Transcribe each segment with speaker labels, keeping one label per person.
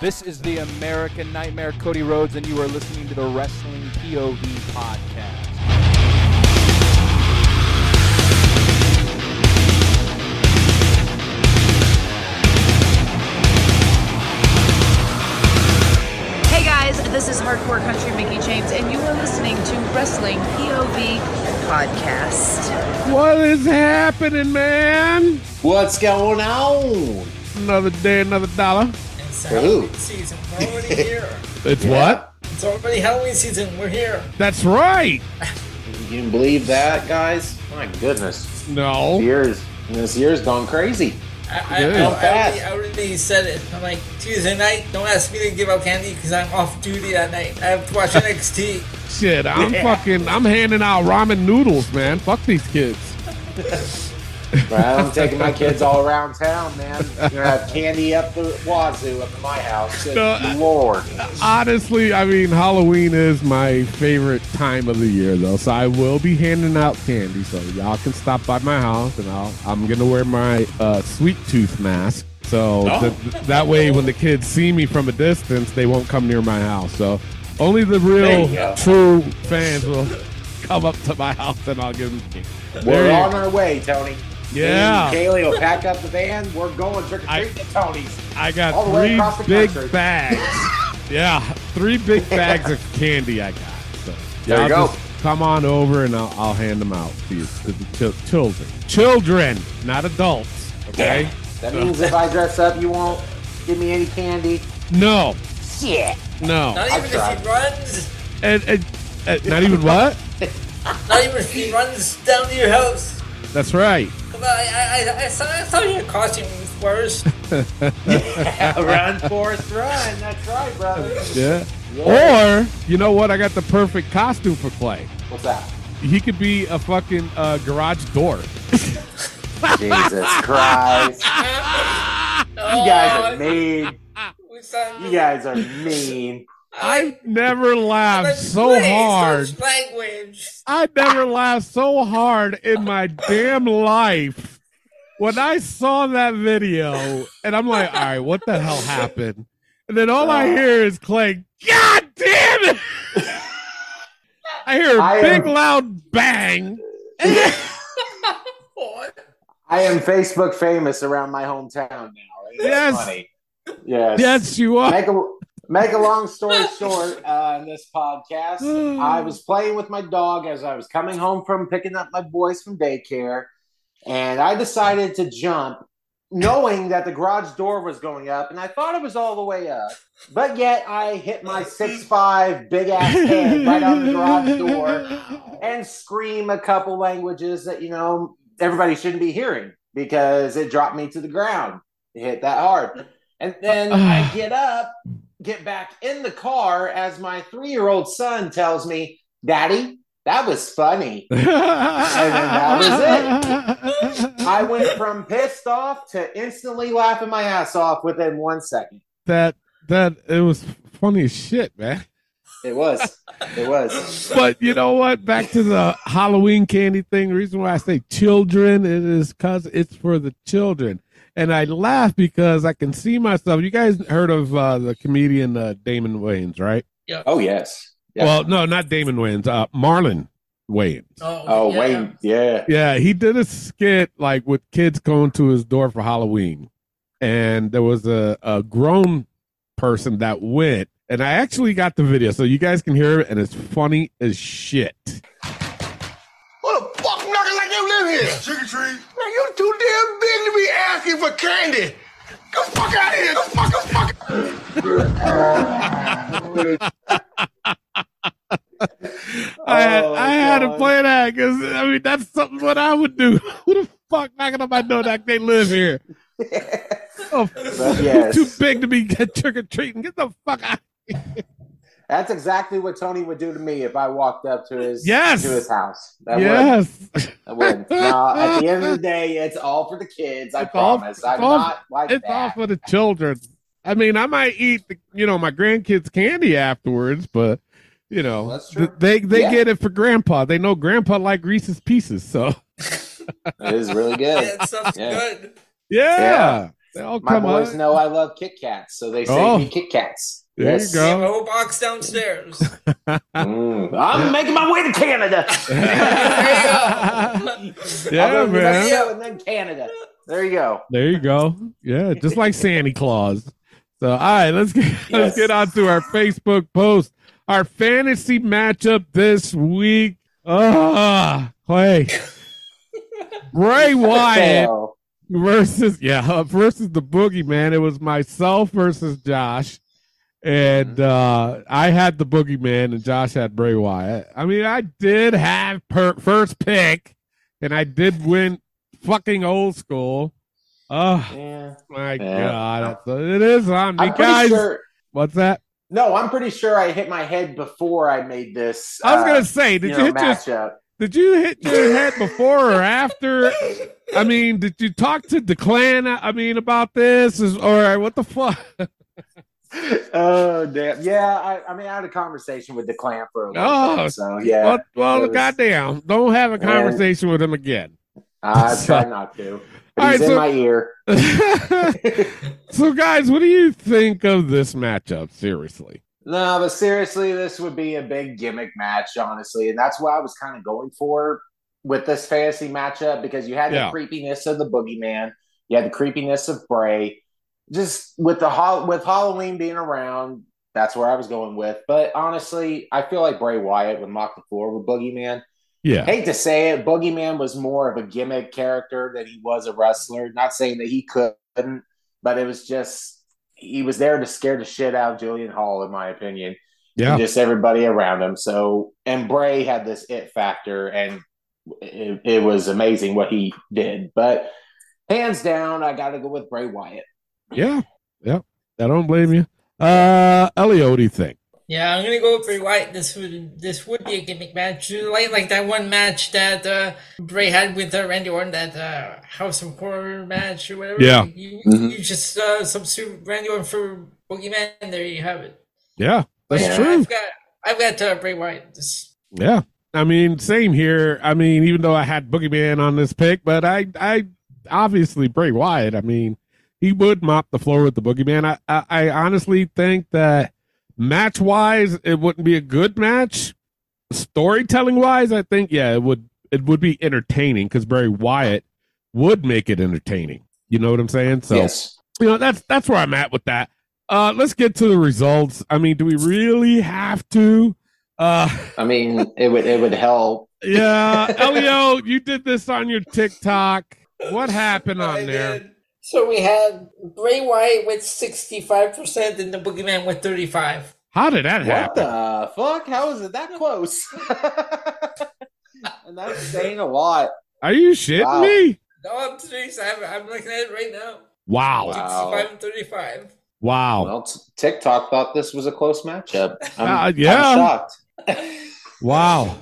Speaker 1: This is the American Nightmare, Cody Rhodes, and you are listening to the Wrestling POV podcast.
Speaker 2: Hey guys, this is Hardcore Country Mickey James, and you are listening to Wrestling POV Podcast.
Speaker 3: What is happening, man?
Speaker 4: What's going on?
Speaker 3: Another day, another dollar.
Speaker 5: It's
Speaker 4: Ooh.
Speaker 5: Halloween season. We're already here.
Speaker 3: It's what?
Speaker 5: It's already Halloween season. We're here.
Speaker 3: That's right.
Speaker 4: You can believe that, guys? My goodness,
Speaker 3: No.
Speaker 4: years this year's gone crazy.
Speaker 5: I, I, I,
Speaker 3: Yeah.
Speaker 5: I, already, I already said it. I'm like, Tuesday night, don't ask me to give out candy because I'm off duty that night. I have to watch NXT.
Speaker 3: Shit, I'm fucking, I'm handing out ramen noodles, man. Fuck these kids.
Speaker 4: Well, I'm taking my kids all around town, man. You're gonna have candy up the wazoo up at my house. Good
Speaker 3: No, I-
Speaker 4: Lord,
Speaker 3: Honestly, I mean, Halloween is my favorite time of the year, though, so I will be handing out candy, so y'all can stop by my house, and I'll, I'm gonna wear my uh, sweet tooth mask. So
Speaker 4: Oh.
Speaker 3: th- that way, when the kids see me from a distance, they won't come near my house. So only the real,
Speaker 4: There you go.
Speaker 3: true fans will come up to my house, and I'll give them. candy. There
Speaker 4: we're
Speaker 3: you-
Speaker 4: on our way, Tony.
Speaker 3: Yeah.
Speaker 4: Me and Kaylee will pack up the van. We're going trick or
Speaker 3: I-
Speaker 4: treat to Tony's.
Speaker 3: I got
Speaker 4: All the way
Speaker 3: three
Speaker 4: across the
Speaker 3: big
Speaker 4: country.
Speaker 3: bags. yeah, three big bags of candy I got. So
Speaker 4: There you
Speaker 3: y'all
Speaker 4: go.
Speaker 3: just Come on over and I'll, I'll hand them out to you. To the chil- children. Children, not adults. Okay?
Speaker 4: That means if I dress up, you won't give me any candy.
Speaker 3: No,
Speaker 4: Yeah.
Speaker 3: no.
Speaker 5: Not
Speaker 4: I
Speaker 5: even if
Speaker 4: tried.
Speaker 5: he runs.
Speaker 3: And, and, and not even what?
Speaker 5: Not even if he runs down to your house.
Speaker 3: That's right.
Speaker 5: Come on, I, I, I, I, saw, I saw your costume first.
Speaker 4: run, Forrest, run. That's right, brother.
Speaker 3: Yeah.
Speaker 4: Yeah.
Speaker 3: Or, you know what? I got the perfect costume for Clay.
Speaker 4: What's that?
Speaker 3: He could be a fucking uh, garage door.
Speaker 4: Jesus Christ. You guys are mean.
Speaker 5: Oh, We saw-
Speaker 4: You guys are mean.
Speaker 3: I've never laughed
Speaker 5: But
Speaker 3: so
Speaker 5: please,
Speaker 3: hard.
Speaker 5: such Language.
Speaker 3: I never laughed so hard in my damn life when I saw that video, and I'm like, all right, what the hell happened? And then all
Speaker 4: Uh.
Speaker 3: I hear is Clay, God damn it! I hear a
Speaker 4: I uh, am-
Speaker 3: big loud bang.
Speaker 5: What?
Speaker 4: I am Facebook famous around my hometown now. It's
Speaker 3: Yes.
Speaker 4: Funny. Yes.
Speaker 3: Yes, you are.
Speaker 4: Make a make a long story short uh, in this podcast.
Speaker 3: Hmm.
Speaker 4: I was playing with my dog as I was coming home from picking up my boys from daycare, and I decided to jump, knowing that the garage door was going up, and I thought it was all the way up. But yet I hit my six five big ass head right on the garage door and scream a couple languages that you know everybody shouldn't be hearing because it dropped me to the ground. It hit that hard. And then I get up, get back in the car as my three year old son tells me, Daddy, that was funny. that I went from pissed off to instantly laughing my ass off within one second.
Speaker 3: that that it was funny as shit, man.
Speaker 4: It was. It was.
Speaker 3: but you know what? Back to the Halloween candy thing. The reason why I say children it is because it's for the children. And I laugh because I can see myself. You guys heard of uh, the comedian uh, Damon Wayans, right?
Speaker 4: Oh, yes. Yeah.
Speaker 3: Well, no, not Damon Wayans. Uh, Marlon Wayans.
Speaker 5: Oh,
Speaker 4: oh,
Speaker 5: yeah.
Speaker 4: Wayne. Yeah.
Speaker 3: Yeah, he did a skit like with kids going to his door for Halloween. And there was a, a grown person that went. And I actually got the video, so you guys can hear it, and it's funny as shit.
Speaker 6: What the fuck knocking like you live here? Trick or treat. Man, you too damn big to be asking for candy. Get the fuck out of here. Get the fuck, get the fuck.
Speaker 3: I had,
Speaker 4: Oh,
Speaker 3: I had to
Speaker 4: God.
Speaker 3: play that because I mean that's something what I would do. Who the fuck knocking on my door that they live here? Oh,
Speaker 4: yes.
Speaker 3: Too big to be trick or treating. Get the fuck out.
Speaker 4: That's exactly what Tony would do to me if I walked up to his
Speaker 3: Yes.
Speaker 4: to his house. That would.
Speaker 3: yes,
Speaker 4: That would. No, at the end of the day, it's all for the kids. I
Speaker 3: It's all-
Speaker 4: promise.
Speaker 3: it's
Speaker 4: I'm
Speaker 3: all-
Speaker 4: not like
Speaker 3: it's all
Speaker 4: that.
Speaker 3: for the children. I mean, I might eat the, you know my grandkids candy afterwards, but you know
Speaker 4: That's true.
Speaker 3: they they
Speaker 4: Yeah.
Speaker 3: get it for grandpa. They know grandpa like Reese's Pieces, so
Speaker 4: It is really good.
Speaker 5: That stuff's
Speaker 4: Yeah.
Speaker 5: good.
Speaker 3: Yeah.
Speaker 4: Yeah.
Speaker 3: They all
Speaker 4: My
Speaker 3: come
Speaker 4: boys
Speaker 3: out.
Speaker 4: know I love Kit Kats, so they say
Speaker 3: Oh.
Speaker 4: me Kit Kats.
Speaker 3: There you
Speaker 5: We
Speaker 3: go.
Speaker 5: have a whole box downstairs.
Speaker 4: Mm. I'm making my way to Canada. I'll
Speaker 3: yeah,
Speaker 4: go to
Speaker 3: man.
Speaker 4: Mexico and then Canada. There you go.
Speaker 3: There you go. Yeah, just like Santa Claus. So, all right, let's get let's
Speaker 4: Yes.
Speaker 3: get on to our Facebook post. Our fantasy matchup this week. Ah, hey, Bray Wyatt
Speaker 4: So,
Speaker 3: versus yeah versus the Boogeyman. It was myself versus Josh,
Speaker 4: Mm-hmm.
Speaker 3: and uh, I had the Boogeyman, and Josh had Bray Wyatt. I mean, I did have per- first pick, and I did win fucking old school. Oh,
Speaker 4: yeah.
Speaker 3: my
Speaker 4: Yeah.
Speaker 3: god, so it is on me,
Speaker 4: I'm pretty
Speaker 3: guys.
Speaker 4: sure.
Speaker 3: What's that?
Speaker 4: No, I'm pretty sure I hit my head before I made this.
Speaker 3: I was
Speaker 4: uh,
Speaker 3: gonna say, did
Speaker 4: you
Speaker 3: you,
Speaker 4: know,
Speaker 3: hit your,
Speaker 4: matchup.
Speaker 3: did you hit your head before or after? I mean, did you talk to the clan? I mean, about this is or what the fuck?
Speaker 4: Oh damn! Yeah, I, I mean, I had a conversation with the clan for a little
Speaker 3: Oh,
Speaker 4: bit, so yeah,
Speaker 3: well, well
Speaker 4: it was-
Speaker 3: goddamn, don't have a
Speaker 4: Yeah.
Speaker 3: conversation with him again.
Speaker 4: I try not to.
Speaker 3: All
Speaker 4: But
Speaker 3: right,
Speaker 4: he's in
Speaker 3: so-
Speaker 4: my ear.
Speaker 3: so, guys, what do you think of this matchup? Seriously,
Speaker 4: No, but seriously, this would be a big gimmick match, honestly, and that's what I was kind of going for with this fantasy matchup because you had
Speaker 3: Yeah.
Speaker 4: the creepiness of the boogeyman, you had the creepiness of Bray. Just with the hol- with Halloween being around, that's where I was going with. But honestly, I feel like Bray Wyatt would mock the floor with Boogeyman.
Speaker 3: yeah,
Speaker 4: hate to say it, Boogeyman was more of a gimmick character than he was a wrestler. Not saying that he couldn't, but it was just he was there to scare the shit out of Julian Hall, in my opinion.
Speaker 3: yeah,
Speaker 4: And just everybody around him. So and Bray had this it factor, and it, it was amazing what he did. But hands down, I got to go with Bray Wyatt.
Speaker 3: yeah, yeah. I don't blame you. Uh, Elio, what do you think?
Speaker 5: Yeah, I'm gonna go with Bray Wyatt. This would this would be a gimmick match, like like that one match that uh, Bray had with uh, Randy Orton, that uh, House of Horror match or whatever.
Speaker 3: Yeah.
Speaker 5: you,
Speaker 3: Mm-hmm.
Speaker 4: Mhm.
Speaker 5: you just uh, substitute Randy Orton for Boogeyman, and there you have it.
Speaker 3: Yeah, that's
Speaker 5: Like,
Speaker 3: true.
Speaker 5: I've got I've got uh, Bray Wyatt. This,
Speaker 3: Yeah. I mean, same here. I mean, even though I had Boogeyman on this pick, but I, I obviously Bray Wyatt. I mean, he would mop the floor with the Boogeyman. I, I, I honestly think that match wise, it wouldn't be a good match. Storytelling wise, I think yeah, it would. It would be entertaining because Bray Wyatt would make it entertaining. You know what I'm saying? So
Speaker 4: yes,
Speaker 3: you know that's that's where I'm at with that. Uh, let's get to the results. I mean, do we really have to? Uh,
Speaker 4: I mean it would it would help.
Speaker 3: yeah, Elio, you did this on your TikTok. What happened on there?
Speaker 5: So we had Bray Wyatt with 65% and the Boogeyman with 35.
Speaker 3: How did that
Speaker 4: What
Speaker 3: happen?
Speaker 4: the fuck? How is it that close? and that's saying a lot.
Speaker 3: Are you shitting
Speaker 4: Wow.
Speaker 3: me?
Speaker 5: No, I'm serious. I'm, I'm looking at it right now.
Speaker 3: Wow.
Speaker 4: Wow.
Speaker 5: 65 and 35.
Speaker 3: Wow.
Speaker 4: Well, t- TikTok thought this was a close matchup. I'm,
Speaker 3: Uh,
Speaker 4: I'm
Speaker 3: yeah.
Speaker 4: shocked.
Speaker 3: Wow.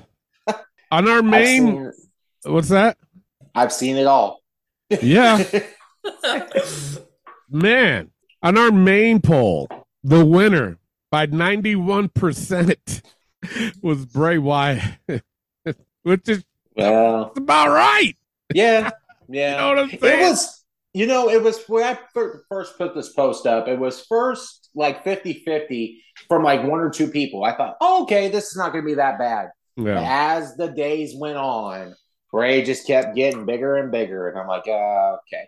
Speaker 3: on our
Speaker 4: I've
Speaker 3: main
Speaker 4: seen,
Speaker 3: what's that?
Speaker 4: I've seen it all.
Speaker 3: Yeah, man. On our main poll, the winner by 91% was Bray Wyatt. Which is
Speaker 4: well,
Speaker 3: about right.
Speaker 4: yeah,
Speaker 3: You
Speaker 4: yeah.
Speaker 3: know what I'm
Speaker 4: it
Speaker 3: saying?
Speaker 4: was, you know, it was when I fir- first put this post up, it was first like 50 50 from like one or two people. I thought, oh, okay, this is not going to be that bad.
Speaker 3: yeah.
Speaker 4: As the days went on, Ray just kept getting bigger and bigger. And I'm like, uh, okay.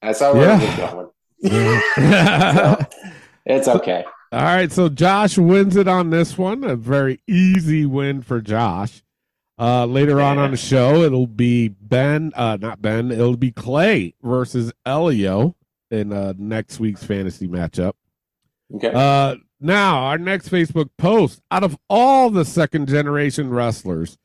Speaker 4: That's how we're
Speaker 3: Yeah.
Speaker 4: going. It's okay.
Speaker 3: All right, so Josh wins it on this one. A very easy win for Josh. Uh, later on on the show, it'll be Ben, uh, not Ben, it'll be Clay versus Elio in uh, next week's fantasy matchup.
Speaker 4: Okay.
Speaker 3: Uh, now, our next Facebook post out of all the second generation wrestlers,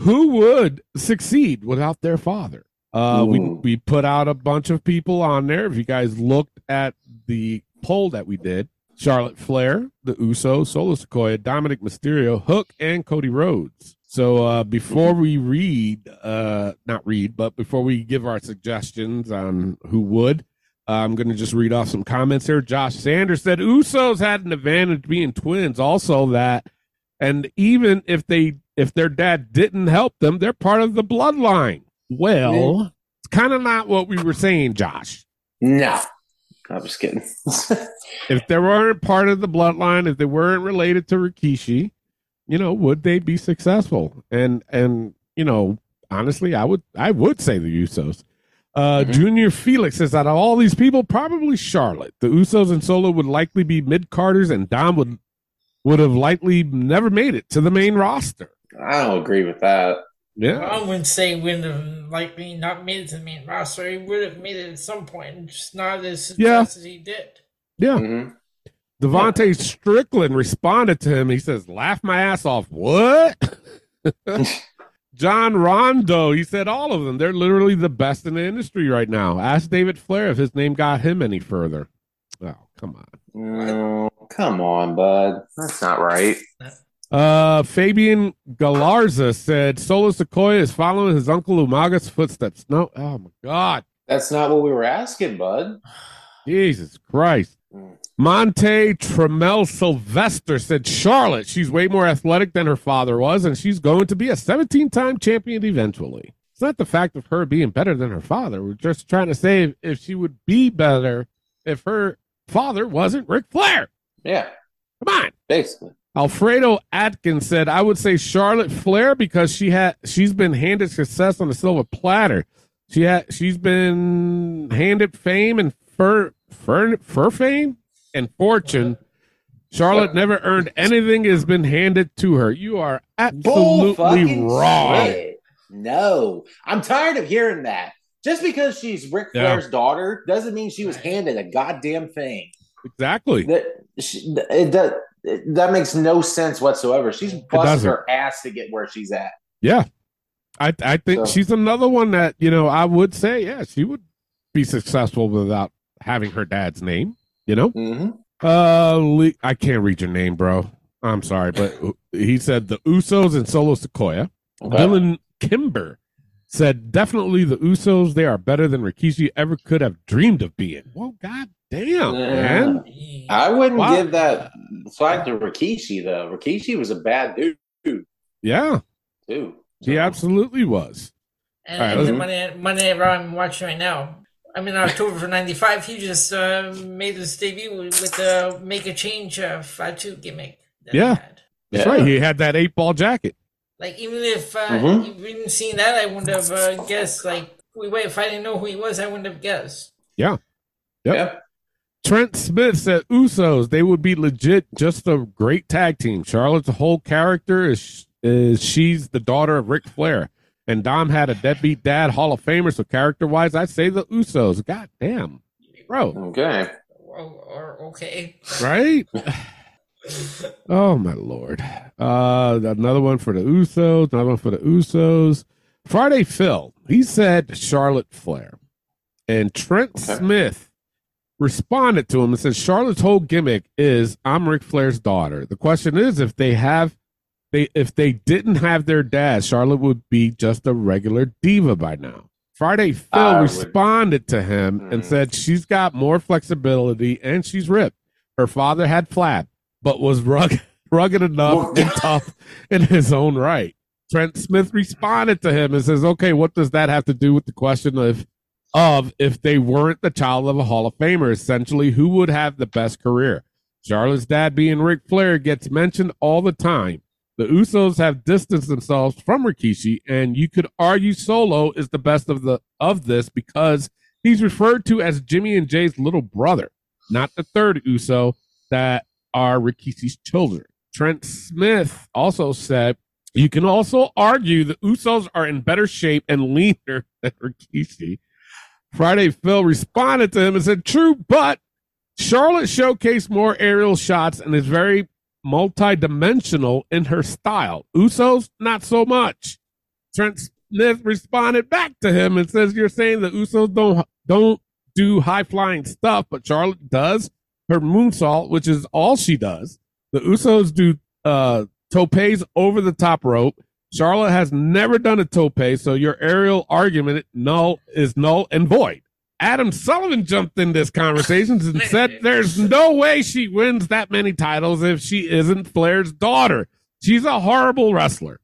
Speaker 3: who would succeed without their father? Uh, we,
Speaker 4: Ooh.
Speaker 3: we put out a bunch of people on there. If you guys looked at the poll that we did, Charlotte Flair, the Uso, Solo Sequoia, Dominic Mysterio, Hook, and Cody Rhodes. So uh, before we read, uh, not read, but before we give our suggestions on who would, I'm going to just read off some comments here. Josh Sanders said Usos had an advantage being twins. Also that, and even if they if their dad didn't help them, they're part of the bloodline. Well, it's kind of not what we were saying, Josh.
Speaker 4: No, I'm just kidding.
Speaker 3: If they weren't part of the bloodline, if they weren't related to Rikishi, you know, would they be successful? And and you know, honestly, I would I would say the Usos. Uh,
Speaker 1: Mhm.
Speaker 3: Junior Felix says out of all these people, probably Charlotte. The Usos and Solo would likely be mid Carters, and Dom would would have likely never made it to the main roster.
Speaker 4: I don't agree with that.
Speaker 3: Yeah,
Speaker 5: I wouldn't say wouldn't have likely not made it to the main roster. He would have made it at some point, just not as
Speaker 3: Yeah.
Speaker 5: success as he did.
Speaker 3: yeah.
Speaker 4: Mhm.
Speaker 3: Devontae Strickland responded to him. He says, Laugh my ass off. What? John Rondo, he said, All of them. They're literally the best in the industry right now. Ask David Flair if his name got him any further. Oh, come on.
Speaker 4: No, Mm, come on, bud. That's not right.
Speaker 3: Uh, Fabian Galarza said, Solo Sequoia is following his uncle Umaga's footsteps. No, oh my God.
Speaker 4: That's not what we were asking, bud.
Speaker 3: Jesus Christ.
Speaker 4: Mm.
Speaker 3: Monte Tremel Sylvester said Charlotte, she's way more athletic than her father was, and she's going to be a 17 time champion eventually. It's not the fact of her being better than her father. We're just trying to say if, if she would be better if her father wasn't Ric Flair.
Speaker 4: Yeah,
Speaker 3: Come on.
Speaker 4: basically.
Speaker 3: Alfredo Atkins said, "I would say Charlotte Flair because she had she's been handed success on a silver platter. She had she's been handed fame and fur fur fur fame and fortune. Charlotte never earned anything; has been handed to her. You are
Speaker 4: Bull
Speaker 3: absolutely
Speaker 4: fucking
Speaker 3: wrong.
Speaker 4: shit. No, I'm tired of hearing that. Just because she's Ric
Speaker 3: Yeah.
Speaker 4: Flair's daughter doesn't mean she was handed a goddamn thing.
Speaker 3: Exactly.
Speaker 4: That she, it does. It, that makes no sense whatsoever. She's busted
Speaker 3: doesn't.
Speaker 4: her ass to get where she's at.
Speaker 3: Yeah, I I think
Speaker 4: So-
Speaker 3: she's another one that you know I would say yeah she would be successful without having her dad's name. You know."
Speaker 4: Mm-hmm.
Speaker 3: Uh, Le- I can't read your name, bro. I'm sorry, but he said the Usos and Solo Sequoia. Dylan Kimber said definitely the Usos. They are better than Rikishi ever could have dreamed of being. Well, god damn, man.
Speaker 4: I wouldn't
Speaker 3: Wow.
Speaker 4: give that flag to Rikishi though. Rikishi was a bad dude
Speaker 3: Yeah,
Speaker 4: too.
Speaker 3: he absolutely was.
Speaker 5: And,
Speaker 3: All right,
Speaker 5: and
Speaker 3: let's-
Speaker 5: the Monday, Monday Night Raw I'm watching right now. I mean, October for 95, he just uh, made his debut with the Make a Change uh, Fatu gimmick. that he
Speaker 3: Yeah.
Speaker 5: had.
Speaker 3: That's
Speaker 4: Yeah.
Speaker 3: right. He had that eight ball jacket.
Speaker 5: Like, even if uh,
Speaker 4: Mhm.
Speaker 5: you didn't see that, I wouldn't have uh, guessed. Like, we wait, if I didn't know who he was, I wouldn't have guessed.
Speaker 3: Yep.
Speaker 4: Yep.
Speaker 3: Trent Smith said Usos. They would be legit, just a great tag team. Charlotte's whole character is is she's the daughter of Ric Flair, and Dom had a deadbeat dad, Hall of Famer. So character wise, I say the Usos. God damn, bro,
Speaker 4: Okay.
Speaker 5: Or, or okay.
Speaker 3: right? oh my lord. Uh, another one for the Usos. Another one for the Usos. Friday Phil. He said Charlotte Flair, and Trent
Speaker 4: Okay.
Speaker 3: Smith responded to him and said Charlotte's whole gimmick is I'm Ric Flair's daughter. The question is if they have they if they didn't have their dad, Charlotte would be just a regular diva by now. Friday Phil
Speaker 4: I would-
Speaker 3: responded to him and
Speaker 4: Mm.
Speaker 3: said she's got more flexibility and she's ripped. Her father had flab, but was rugged rugged enough and tough in his own right. Trent Smith responded to him and says, "Okay, what does that have to do with the question of of if they weren't the child of a Hall of Famer? Essentially, who would have the best career? Charlotte's dad being Ric Flair gets mentioned all the time. The Usos have distanced themselves from Rikishi, and you could argue Solo is the best of the of this because he's referred to as Jimmy and Jay's little brother, not the third Uso that are Rikishi's children. Trent Smith also said you can also argue the Usos are in better shape and leaner than Rikishi. Friday Phil responded to him and said, True, but Charlotte showcased more aerial shots and is very multidimensional in her style. Usos, not so much. Trent Smith responded back to him and says, You're saying the Usos don't don't do high flying stuff, but Charlotte does her moonsault, which is all she does. The Usos do uh topes over the top rope. Charlotte has never done a tope, so your aerial argument null is null and void. Adam Sullivan jumped in this conversation and said there's no way she wins that many titles if she isn't Flair's daughter. She's a horrible wrestler.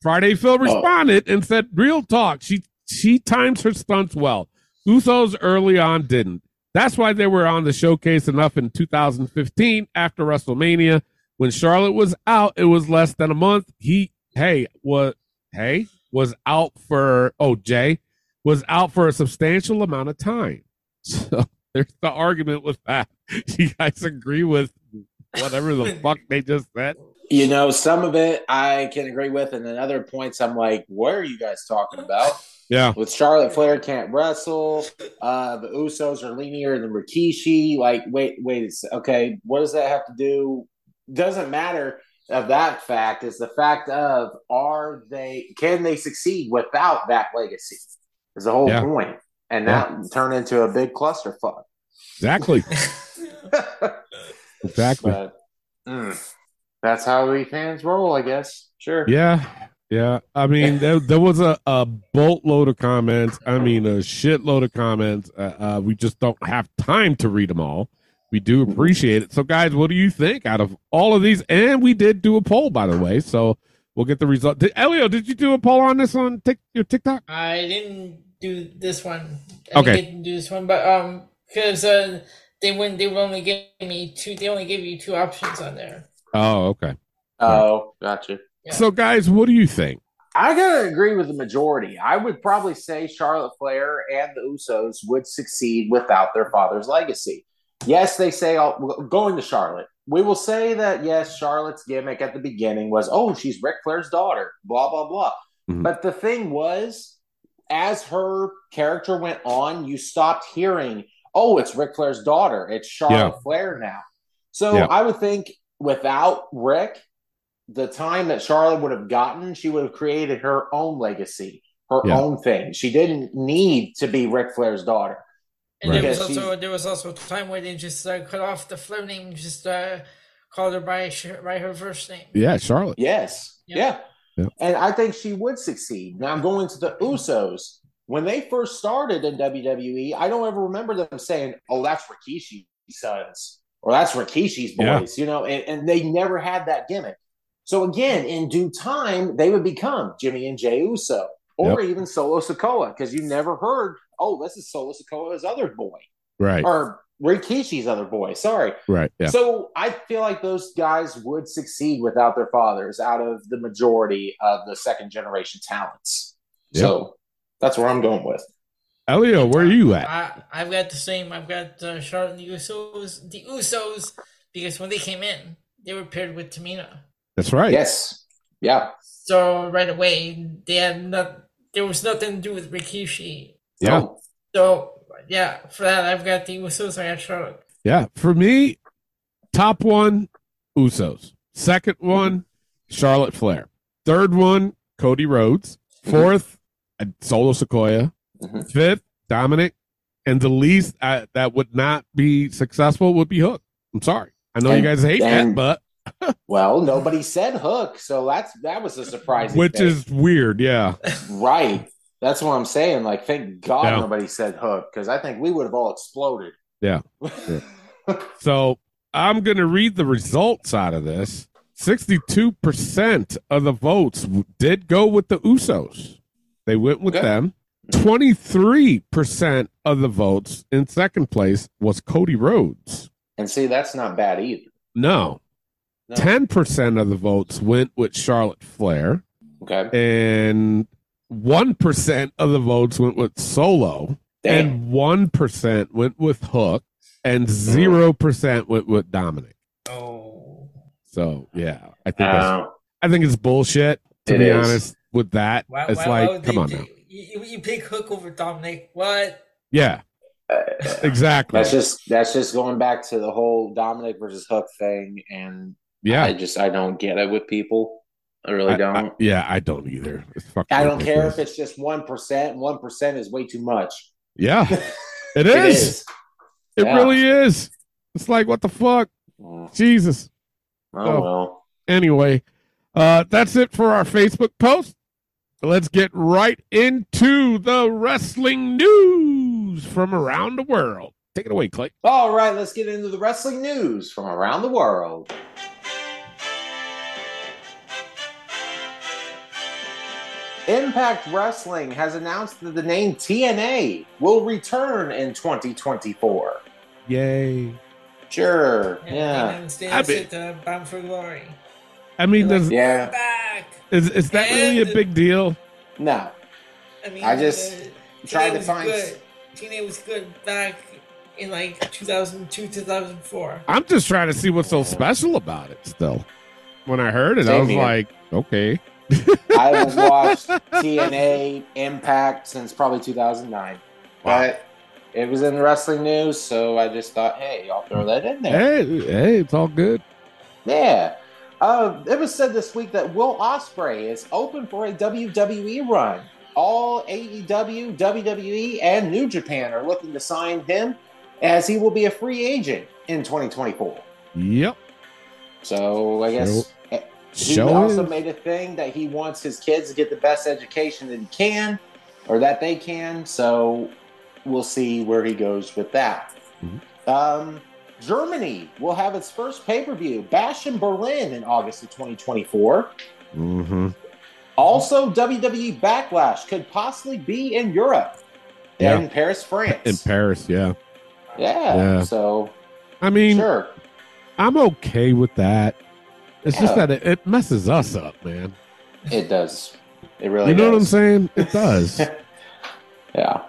Speaker 3: Friday Phil responded and said, "Real talk. She she times her stunts well. Usos early on didn't. That's why they were on the showcase enough in 2015 after WrestleMania. When Charlotte was out, it was less than a month. He, hey, what, hey, was out for, oh, Jay, was out for a substantial amount of time. So there's the argument with that. You guys agree with whatever the fuck they just said?
Speaker 4: You know, some of it I can agree with, and then other points I'm like, what are you guys talking about?
Speaker 3: Yeah.
Speaker 4: With Charlotte Flair can't wrestle, uh, the Usos are leaner than Rikishi. Like, wait, wait, a se- okay, what does that have to do? Doesn't matter of that fact. It's the fact of are they can they succeed without that legacy? Is the whole
Speaker 3: Yeah.
Speaker 4: point, and that turned into a big clusterfuck.
Speaker 3: Exactly. Exactly.
Speaker 4: But mm, that's how we fans roll, I guess. Sure.
Speaker 3: Yeah, yeah. I mean, there, there was a, a boatload of comments. I mean, a shitload of comments. Uh, uh, we just don't have time to read them all. We do appreciate it. So, guys, what do you think out of all of these? And we did do a poll, by the way. So we'll get the result. Did, Elio, did you do a poll on this on Tik your TikTok?
Speaker 5: I didn't do this one. I
Speaker 3: Okay.
Speaker 5: didn't do this one, but um, because uh, they wouldn't. They would only give me two. They only give you two options on there.
Speaker 3: Oh, okay.
Speaker 4: Oh, gotcha.
Speaker 5: Yeah.
Speaker 3: So, guys, what do you think?
Speaker 4: I gotta agree with the majority. I would probably say Charlotte Flair and the Usos would succeed without their father's legacy. Yes, they say all, going to Charlotte. We will say that yes, Charlotte's gimmick at the beginning was oh she's Ric Flair's daughter, blah blah blah.
Speaker 3: Mhm.
Speaker 4: But the thing was, as her character went on, you stopped hearing oh it's Ric Flair's daughter, it's Charlotte Flair now. So
Speaker 3: Yeah.
Speaker 4: I would think without Rick, the time that Charlotte would have gotten, she would have created her own legacy, her
Speaker 3: Yeah.
Speaker 4: own thing. She didn't need to be Ric Flair's daughter.
Speaker 5: And
Speaker 3: Right.
Speaker 5: there was
Speaker 4: Because
Speaker 5: also there was also a time where they just uh, cut off the Flair name, just uh, called her by sh- by her first name.
Speaker 3: Yeah, Charlotte.
Speaker 4: Yes.
Speaker 5: Yeah.
Speaker 4: Yeah.
Speaker 3: Yeah.
Speaker 4: And I think she would succeed. Now going to the Usos. When they first started in WWE, I don't ever remember them saying, Oh, that's Rikishi's sons or that's Rikishi's
Speaker 3: Yeah.
Speaker 4: boys, you know, and, and they never had that gimmick. So again, in due time, they would become Jimmy and Jay Uso or even Solo Sokoa, because you never heard, oh, this is Solo Sokoa's other boy.
Speaker 3: Right,
Speaker 4: Or Rikishi's other boy, sorry.
Speaker 3: right. Yeah.
Speaker 4: So I feel like those guys would succeed without their fathers out of the majority of the second generation talents.
Speaker 3: Yeah.
Speaker 4: So that's where I'm going with.
Speaker 3: Elio, where are you at?
Speaker 5: I I've got the same. I've got uh, Charlotte and the Usos. The Usos because when they came in, they were paired with Tamina.
Speaker 3: That's right.
Speaker 4: Yes. Yeah.
Speaker 5: So right away, they had not. There was nothing to do with Rikishi.
Speaker 3: Yeah.
Speaker 4: Oh,
Speaker 5: So yeah, for that I've got the Usos. I got Charlotte.
Speaker 3: Yeah, for me, top one, Usos. Second one, Charlotte Flair. Third one, Cody Rhodes. 4th uh, Solo Sequoia.
Speaker 4: Mhm.
Speaker 3: Fifth, Dominic. And the least uh, that would not be successful would be Hook. I'm sorry. I know
Speaker 4: And-
Speaker 3: you guys hate
Speaker 4: and-
Speaker 3: that, but
Speaker 4: well, nobody said hook, so that's that was a surprising.
Speaker 3: which
Speaker 4: thing.
Speaker 3: is weird. Yeah.
Speaker 4: right. That's what I'm saying. Like, thank God
Speaker 3: Yeah.
Speaker 4: nobody said hook, because I think we would have all exploded.
Speaker 3: Yeah. So I'm going to read the results out of this. 62% of the votes w- did go with the Usos. They went with
Speaker 4: Okay.
Speaker 3: them. 23% of the votes in second place was Cody Rhodes.
Speaker 4: and see, that's not bad either.
Speaker 3: No.
Speaker 4: No.
Speaker 3: 10% of the votes went with Charlotte Flair,
Speaker 4: Okay.
Speaker 3: and 1% of the votes went with Solo,
Speaker 4: Damn.
Speaker 3: and 1% went with Hook, and 0% went with Dominic.
Speaker 5: Oh.
Speaker 3: So yeah, I think that's,
Speaker 4: Uh,
Speaker 3: I think it's bullshit to
Speaker 4: It
Speaker 3: be
Speaker 4: is.
Speaker 3: honest with that.
Speaker 5: Why,
Speaker 3: it's
Speaker 5: why- why
Speaker 3: like,
Speaker 5: would
Speaker 3: come
Speaker 5: they
Speaker 3: on
Speaker 5: do-
Speaker 3: now,
Speaker 5: You, you- you pick Hook over Dominic. What?
Speaker 3: yeah, exactly,
Speaker 4: uh, that's just that's just going back to the whole Dominic versus Hook thing and
Speaker 3: yeah,
Speaker 4: I just I don't get it with people. I really
Speaker 3: I- I-
Speaker 4: don't.
Speaker 3: yeah, I don't either. It's fucking
Speaker 4: I, don't care
Speaker 3: ridiculous.
Speaker 4: if it's just one percent. One percent is way too much.
Speaker 3: yeah, it
Speaker 4: It
Speaker 3: is, it,
Speaker 4: is. Yeah.
Speaker 3: really is. It's like what the fuck,
Speaker 4: Mm,
Speaker 3: Jesus.
Speaker 4: Oh well.
Speaker 3: Anyway, uh, that's it for our Facebook post. Let's get right into the wrestling news from around the world. Take it away, Clay.
Speaker 4: All right, let's get into the wrestling news from around the world. Impact Wrestling has announced that the name TNA will return in 2024.
Speaker 3: Yay.
Speaker 4: Sure.
Speaker 5: And
Speaker 4: Yeah.
Speaker 5: Dance
Speaker 3: I bet.
Speaker 5: at uh, Bound for Glory.
Speaker 3: I mean,
Speaker 5: Like-
Speaker 3: does,
Speaker 4: Yeah.
Speaker 5: Back.
Speaker 3: is, is that really a big deal?
Speaker 4: No.
Speaker 5: I mean,
Speaker 4: I just
Speaker 5: uh,
Speaker 4: tried
Speaker 5: TNA
Speaker 4: to
Speaker 5: was
Speaker 4: find-
Speaker 5: Good. TNA was good back in like 2002, 2004.
Speaker 3: I'm just trying to see what's so special about it still. When I heard it, I
Speaker 4: Same
Speaker 3: was
Speaker 4: here.
Speaker 3: like, okay.
Speaker 4: I haven't watched TNA Impact since probably 2009. But it was in wrestling news, so I just thought, hey, I'll throw that in there.
Speaker 3: Hey, hey, it's all good.
Speaker 4: Yeah. Uh, it was said this week that Will Osprey is open for a WWE run. All E AEW, WWE, E, and New Japan are looking to sign him as he will be a free agent in 2024.
Speaker 3: Yep.
Speaker 4: So I guess he
Speaker 3: Show
Speaker 4: also
Speaker 3: is-
Speaker 4: made a thing that he wants his kids to get the best education that he can or that they can. So we'll see where he goes with that.
Speaker 3: Mhm.
Speaker 4: Um, Germany will have its first pay per view, Bash in Berlin, in August of 2024.
Speaker 3: Mhm.
Speaker 4: Also, WWE Backlash could possibly be in Europe,
Speaker 3: Yeah.
Speaker 4: in Paris, France.
Speaker 3: In Paris, yeah.
Speaker 4: yeah.
Speaker 3: Yeah.
Speaker 4: So,
Speaker 3: I mean,
Speaker 4: sure.
Speaker 3: I'm okay with that. It's just
Speaker 4: Yeah.
Speaker 3: that it, it messes us up, man.
Speaker 4: It does. It really
Speaker 3: you know what I'm
Speaker 4: does.
Speaker 3: saying? It does.
Speaker 4: Yeah.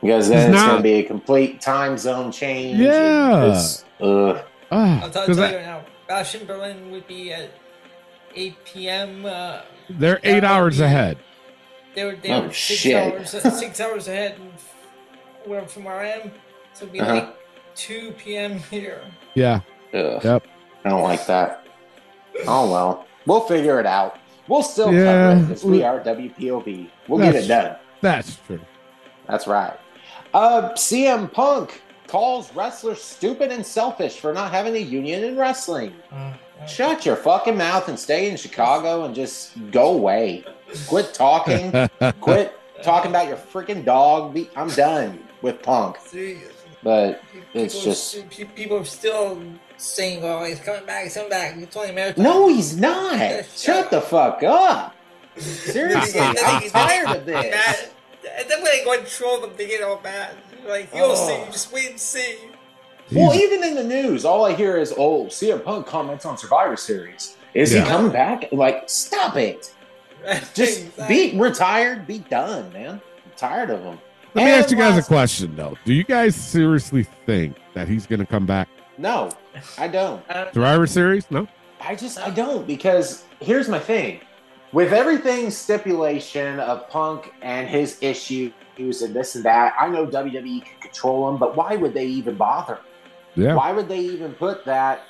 Speaker 4: Because then
Speaker 3: It's
Speaker 4: it's, going
Speaker 3: not-
Speaker 4: to be a complete time zone change. and
Speaker 3: Yeah.
Speaker 4: it's- ugh.
Speaker 3: Ah,
Speaker 5: I'll tell,
Speaker 3: 'cause
Speaker 5: tell
Speaker 3: I-
Speaker 5: you right now, Bash in Berlin would be at 8 p.m. Uh,
Speaker 3: they're eight hours ahead.
Speaker 5: they were, they
Speaker 4: Oh,
Speaker 5: were six
Speaker 4: shit.
Speaker 5: hours uh, six hours ahead of where from where I am, so it'd be
Speaker 4: Uh-huh.
Speaker 5: like 2 p.m. here.
Speaker 3: Yeah.
Speaker 4: Ugh.
Speaker 3: Yep.
Speaker 4: I don't like that. Oh, well. We'll figure it out. We'll still
Speaker 3: Yeah.
Speaker 4: cover it because we are WPOB. We'll get it done.
Speaker 3: That's- That's true.
Speaker 4: That's right. Uh, CM Punk calls wrestlers stupid and selfish for not having a union in wrestling.
Speaker 5: Uh, uh,
Speaker 4: Shut your fucking mouth and stay in Chicago and just go away. Quit talking. Quit talking about your freaking dog. Be- I'm done with Punk.
Speaker 5: serious.
Speaker 4: But
Speaker 5: uh, People
Speaker 4: it's just
Speaker 5: are, st- people are still saying, "Oh, he's coming back, he's coming back." It's only a matter. of time.
Speaker 4: no, he's not. Shut the fuck up. Seriously, I'm tired of
Speaker 5: Mad.
Speaker 4: this.
Speaker 5: And then when they go and troll them, they get all mad. Like you'll
Speaker 4: Oh.
Speaker 5: see, just wait and see.
Speaker 4: Well, even in the news, all I hear is, "Oh, CM Punk comments on Survivor Series. Is
Speaker 3: Yeah.
Speaker 4: he coming back?" Like, stop it. Just
Speaker 5: Exactly.
Speaker 4: be retired. Be done, man. I'm tired of him.
Speaker 3: Let me
Speaker 4: And
Speaker 3: ask you guys a
Speaker 4: last-
Speaker 3: question though. Do you guys seriously think that he's going to come back?
Speaker 4: No, I don't.
Speaker 5: Uh,
Speaker 3: Survivor Series? No.
Speaker 4: I just I don't because here's my thing. With everything stipulation of Punk and his issues and this and that, I know WWE can control him, but why would they even bother?
Speaker 3: Yeah.
Speaker 4: Why would they even put that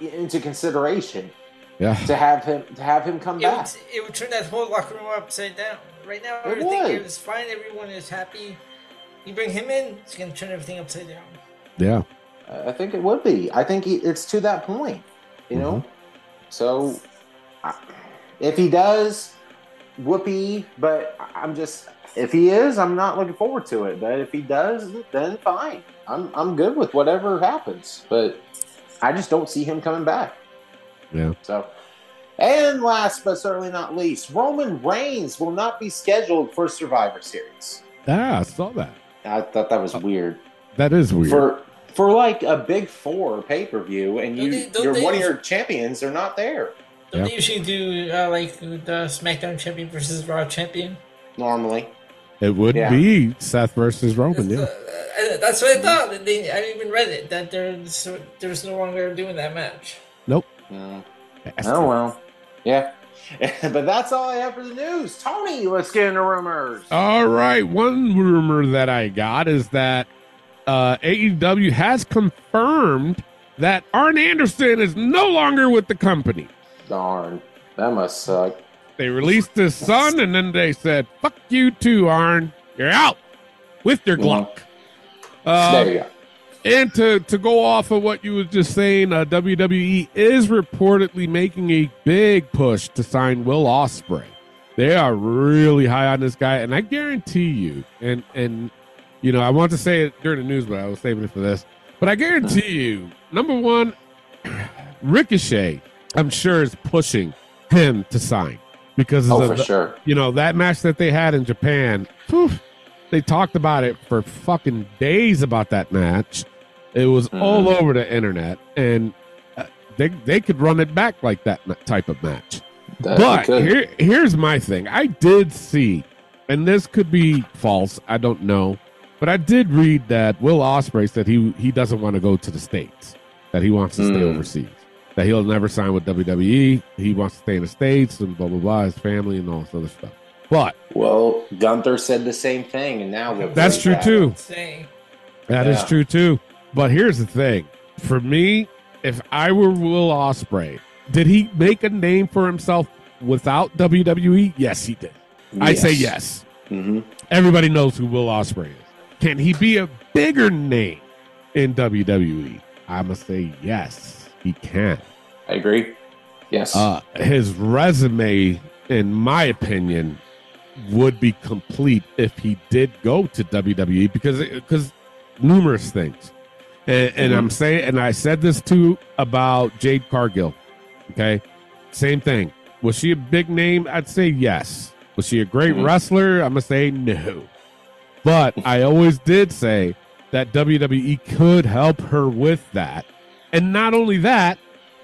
Speaker 4: i- into consideration
Speaker 3: Yeah.
Speaker 4: to have him to have him come
Speaker 5: it, would,
Speaker 4: back?
Speaker 5: it would turn that whole locker room upside down. Right now, everything
Speaker 4: would.
Speaker 5: here is fine. Everyone is happy. You bring him in, it's gonna turn everything upside down.
Speaker 3: Yeah.
Speaker 4: I think it would be. I think he, it's to that point, you know. So, I, if he does, whoopee. But I- I'm just if he is, I'm not looking forward to it. But if he does, then fine. I'm I'm good with whatever happens. But I just don't see him coming back.
Speaker 3: Yeah.
Speaker 4: So. And last but certainly not least, Roman Reigns will not be scheduled for Survivor Series.
Speaker 3: Ah, I saw that.
Speaker 4: I thought that was weird
Speaker 3: That is weird.
Speaker 4: for for like a big four pay per view, and
Speaker 5: Don't
Speaker 4: you
Speaker 5: they- don't
Speaker 4: you're
Speaker 5: they-
Speaker 4: one of your champions are not there
Speaker 5: Don't
Speaker 3: Yeah.
Speaker 5: they usually do uh, like the SmackDown champion versus Raw champion?
Speaker 4: normally.
Speaker 3: it would
Speaker 4: Yeah.
Speaker 3: be Seth versus Roman. Yeah.
Speaker 5: Uh, that's what I thought. They, I even read it that there's there's no longer doing that match.
Speaker 4: Mm. Oh well, yeah. but that's all I have for the news. Tony, let's get into rumors.
Speaker 3: All right. One rumor that I got is that uh, AEW has confirmed that Arn Anderson is no longer with the company.
Speaker 4: Darn, that must suck.
Speaker 3: They released his son, and then they said, "Fuck you too, Arn. You're out with your Glock." Uh,
Speaker 4: there you go.
Speaker 3: and to, to go off of what you were just saying, uh, WWE is reportedly making a big push to sign Will Osprey. They are really high on this guy, and I guarantee you, and and you know, I want to say it during the news, but I was saving it for this. But I guarantee you, number one, Ricochet, I'm sure is pushing him to sign because
Speaker 4: Oh,
Speaker 3: of
Speaker 4: for
Speaker 3: the-
Speaker 4: sure.
Speaker 3: you know that match that they had in Japan. phew, they talked about it for fucking days about that match. It was all over the internet, and uh, they they could run it back like that ma- type of match.
Speaker 4: That-
Speaker 3: but
Speaker 4: good.
Speaker 3: here here's my thing. I did see, and this could be false. I don't know, but I did read that Will Osprey said he he doesn't want to go to the states. That he wants to stay
Speaker 4: Hmm.
Speaker 3: overseas. That he'll never sign with WWE. He wants to stay in the states and blah blah blah. His family and all this other stuff. But
Speaker 4: well, Gunther said the same thing, and now we're
Speaker 3: That's true,
Speaker 4: back.
Speaker 3: too.
Speaker 5: Say,
Speaker 3: That is
Speaker 4: Yeah.
Speaker 3: true too. But here's the thing: for me, if I were Will Osprey, did he make a name for himself without WWE? Yes, he did. I say yes.
Speaker 4: Mhm.
Speaker 3: Everybody knows who Will Osprey is. Can he be a bigger name in WWE? I'm gonna say yes, he can.
Speaker 4: I agree. Yes.
Speaker 3: Uh, his resume, in my opinion, would be complete if he did go to WWE because because numerous things, and, and I'm saying, and I said this too about Jade Cargill. Okay, same thing. Was she a big name? I'd say yes. Was she a great
Speaker 4: Mhm.
Speaker 3: wrestler? I'm gonna say no. But I always did say that WWE could help her with that, and not only that,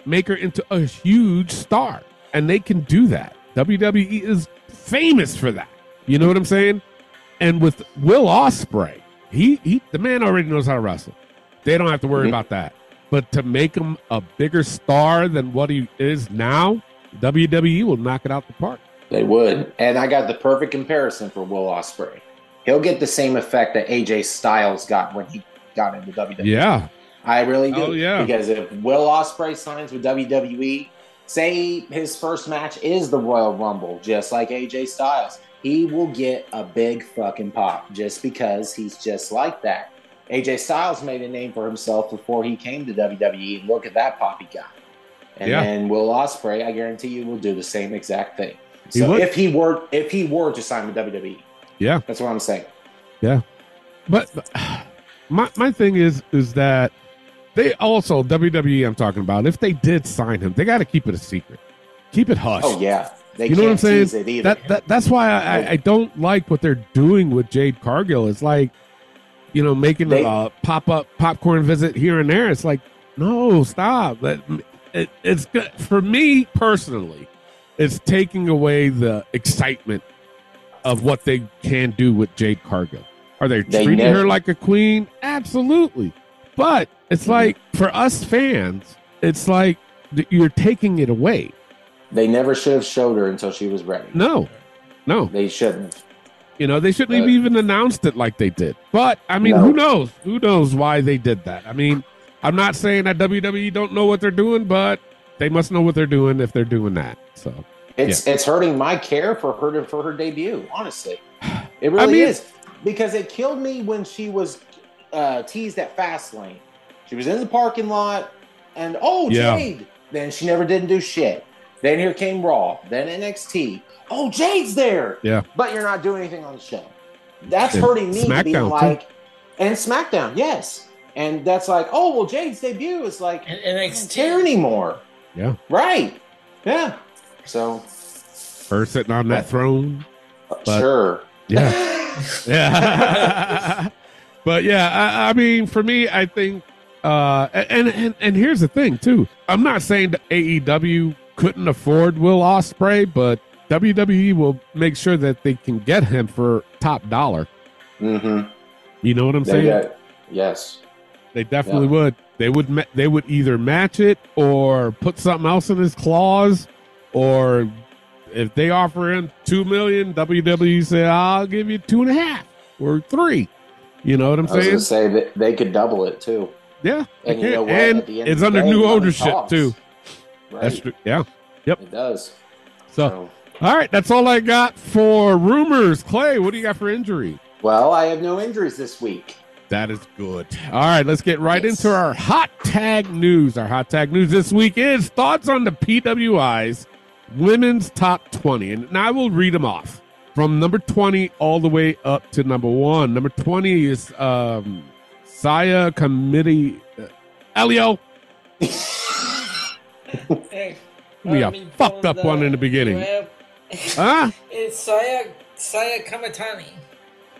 Speaker 3: make her into a huge star. And they can do that. WWE is famous for that. You know what I'm saying? And with Will Osprey, he, he the man already knows how to wrestle. They don't have to worry
Speaker 4: Mhm.
Speaker 3: about that. But to make him a bigger star than what he is now, WWE will knock it out the park.
Speaker 4: They would. And I got the perfect comparison for Will Osprey. He'll get the same effect that AJ Styles got when he got into E. WWE.
Speaker 3: Yeah.
Speaker 4: I really do.
Speaker 3: Oh, yeah.
Speaker 4: Because if Will Osprey signs with WWE, say his first match is the Royal Rumble, just like AJ Styles, he will get a big fucking pop just because he's just like that. AJ Styles made a name for himself before he came to WWE. Look at that pop he got. And
Speaker 3: Yeah.
Speaker 4: then Will Osprey, I guarantee you, will do the same exact thing.
Speaker 3: He
Speaker 4: So
Speaker 3: would.
Speaker 4: if he were if he were to sign with WWE,
Speaker 3: Yeah.
Speaker 4: that's what I'm saying.
Speaker 3: But but my my thing is is that they also WWE I'm talking about, if they did sign him, they gotta keep it a secret. Keep it hush.
Speaker 4: Oh yeah, they
Speaker 3: You know what I'm
Speaker 4: can't
Speaker 3: saying?
Speaker 4: tease it either.
Speaker 3: that, that that's why I, I, I don't like what they're doing with Jade Cargill. It's like, you know, making
Speaker 4: They-
Speaker 3: a pop up popcorn visit here and there. It's like, no, stop. That it, it's good for me personally. It's taking away the excitement of what they can do with Jade Cargill. Are they,
Speaker 4: They
Speaker 3: treating
Speaker 4: never-
Speaker 3: her like a queen? Absolutely. But it's
Speaker 4: Mhm.
Speaker 3: like for us fans, it's like th- you're taking it away.
Speaker 4: They never should have showed her until she was ready.
Speaker 3: No, no.
Speaker 4: They shouldn't.
Speaker 3: You know, they shouldn't have
Speaker 4: Uh,
Speaker 3: even announced it like they did. But I mean,
Speaker 4: No.
Speaker 3: who knows? Who knows why they did that? I mean, I'm not saying that WWE don't know what they're doing, but they must know what they're doing if they're doing that. So
Speaker 4: It's it's hurting my care for her to, for her debut. Honestly, it really
Speaker 3: mean-
Speaker 4: is because it killed me when she was uh, teased at Fastlane. She was in the parking lot, and oh
Speaker 3: Yeah.
Speaker 4: Jade. Then she never didn't do shit. Then here came Raw. Then NXT. Oh Jade's there.
Speaker 3: Yeah.
Speaker 4: but you're not doing anything on the show. That's
Speaker 3: And
Speaker 4: hurting me
Speaker 3: SmackDown,
Speaker 4: being
Speaker 3: too.
Speaker 4: like, and SmackDown, yes, and that's like, oh well, Jade's debut is like
Speaker 5: and
Speaker 4: I don't
Speaker 5: NXT.
Speaker 4: care anymore.
Speaker 3: Yeah.
Speaker 4: Right. Yeah. So uh,
Speaker 3: her sitting on that throne, But-
Speaker 4: sure.
Speaker 3: yeah. yeah. but yeah, I, I mean, for me, I think, uh, and, and and here's the thing too. I'm not saying that AEW couldn't afford Will Osprey, but WWE will make sure that they can get him for top dollar.
Speaker 4: mm-hmm.
Speaker 3: You know what I'm
Speaker 4: They
Speaker 3: saying?
Speaker 4: got, yes.
Speaker 3: They definitely would. They would. Ma- they would either match it or put something else in his claws, or if they offer him two million, WWE say, "I'll give you two and a half or three. You know what I'm
Speaker 4: I was
Speaker 3: saying?
Speaker 4: gonna say that they could double it too.
Speaker 3: yeah. they
Speaker 4: And you
Speaker 3: can.
Speaker 4: know what?
Speaker 3: And
Speaker 4: At the end
Speaker 3: it's
Speaker 4: of the
Speaker 3: under
Speaker 4: day,
Speaker 3: new
Speaker 4: money
Speaker 3: ownership
Speaker 4: talks.
Speaker 3: too.
Speaker 4: Right.
Speaker 3: That's true. Yeah.
Speaker 4: It does.
Speaker 3: So,
Speaker 4: So,
Speaker 3: all right, that's all I got for rumors. Clay, what do you got for injury?
Speaker 4: well, I have no injuries this week.
Speaker 3: That is good. All right, let's get right
Speaker 4: Yes.
Speaker 3: into our hot tag news. Our hot tag news this week is thoughts on the PWI's women's top 20. And, and I will read them off from number 20 all the way up to number one. Number 20 is um, Saya Committee uh, Elio.
Speaker 5: Hey,
Speaker 3: Give me
Speaker 5: let
Speaker 3: a
Speaker 5: me
Speaker 3: fucked
Speaker 5: pull
Speaker 3: up one in the beginning.
Speaker 5: uh, Well,
Speaker 3: Huh?
Speaker 5: It's Saya Saya Kamatani.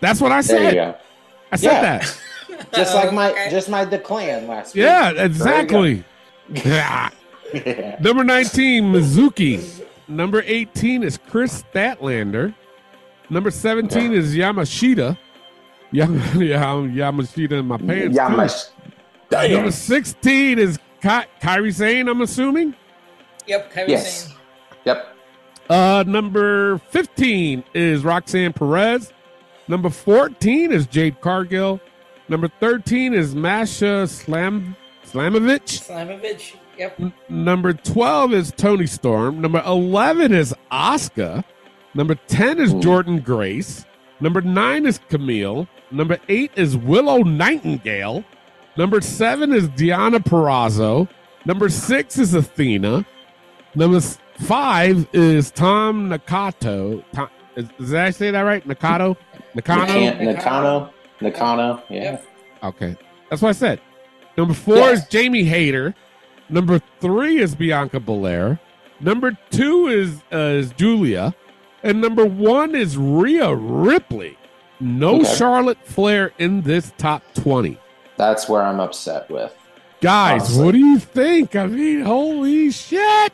Speaker 3: That's what I
Speaker 4: There you
Speaker 3: said.
Speaker 4: go.
Speaker 3: I said
Speaker 4: Yeah.
Speaker 3: that.
Speaker 4: Just like my
Speaker 5: Okay.
Speaker 4: just my declan last week.
Speaker 3: Yeah, exactly. Yeah.
Speaker 4: Yeah.
Speaker 3: Number 19, Mizuki. Number 18 is Chris Statlander. Number 17 is Yamashita. Yam- Yam- Yamashita in my pants. too.
Speaker 4: Yamash.
Speaker 3: Number
Speaker 4: Damn.
Speaker 3: 16 is Ky- Kyrie Zane, I'm assuming.
Speaker 5: Yep, Kyrie
Speaker 4: Yes.
Speaker 5: Sane.
Speaker 4: Yep.
Speaker 3: Uh, number 15 is Roxanne Perez. Number 14 is Jade Cargill. Number 13 is Masha Slam- Slamovich.
Speaker 5: Slamovich. Yep.
Speaker 3: N- Number 12 is Tony Storm. Number 11 is Asuka. Number 10 is Jordan Grace. Number 9 is Camille. Number 8 is Willow Nightingale. Number 7 is Diana Perrazzo. Number 6 is Athena. Number s- 5 is Tom Nakato. To- is, did I say that right? Nakato? Nakano?
Speaker 4: Nakan- Nakano. Nakano. Yeah.
Speaker 5: Yep.
Speaker 3: Okay. That's what I said. Number four
Speaker 4: Yeah.
Speaker 3: is Jamie Hayter. Number three is Bianca Belair. Number two is uh, is Julia, and number one is Rhea Ripley. No
Speaker 4: Okay.
Speaker 3: Charlotte Flair in this top twenty.
Speaker 4: That's where I'm upset with.
Speaker 3: Guys,
Speaker 4: Honestly.
Speaker 3: what do you think? I mean, holy shit!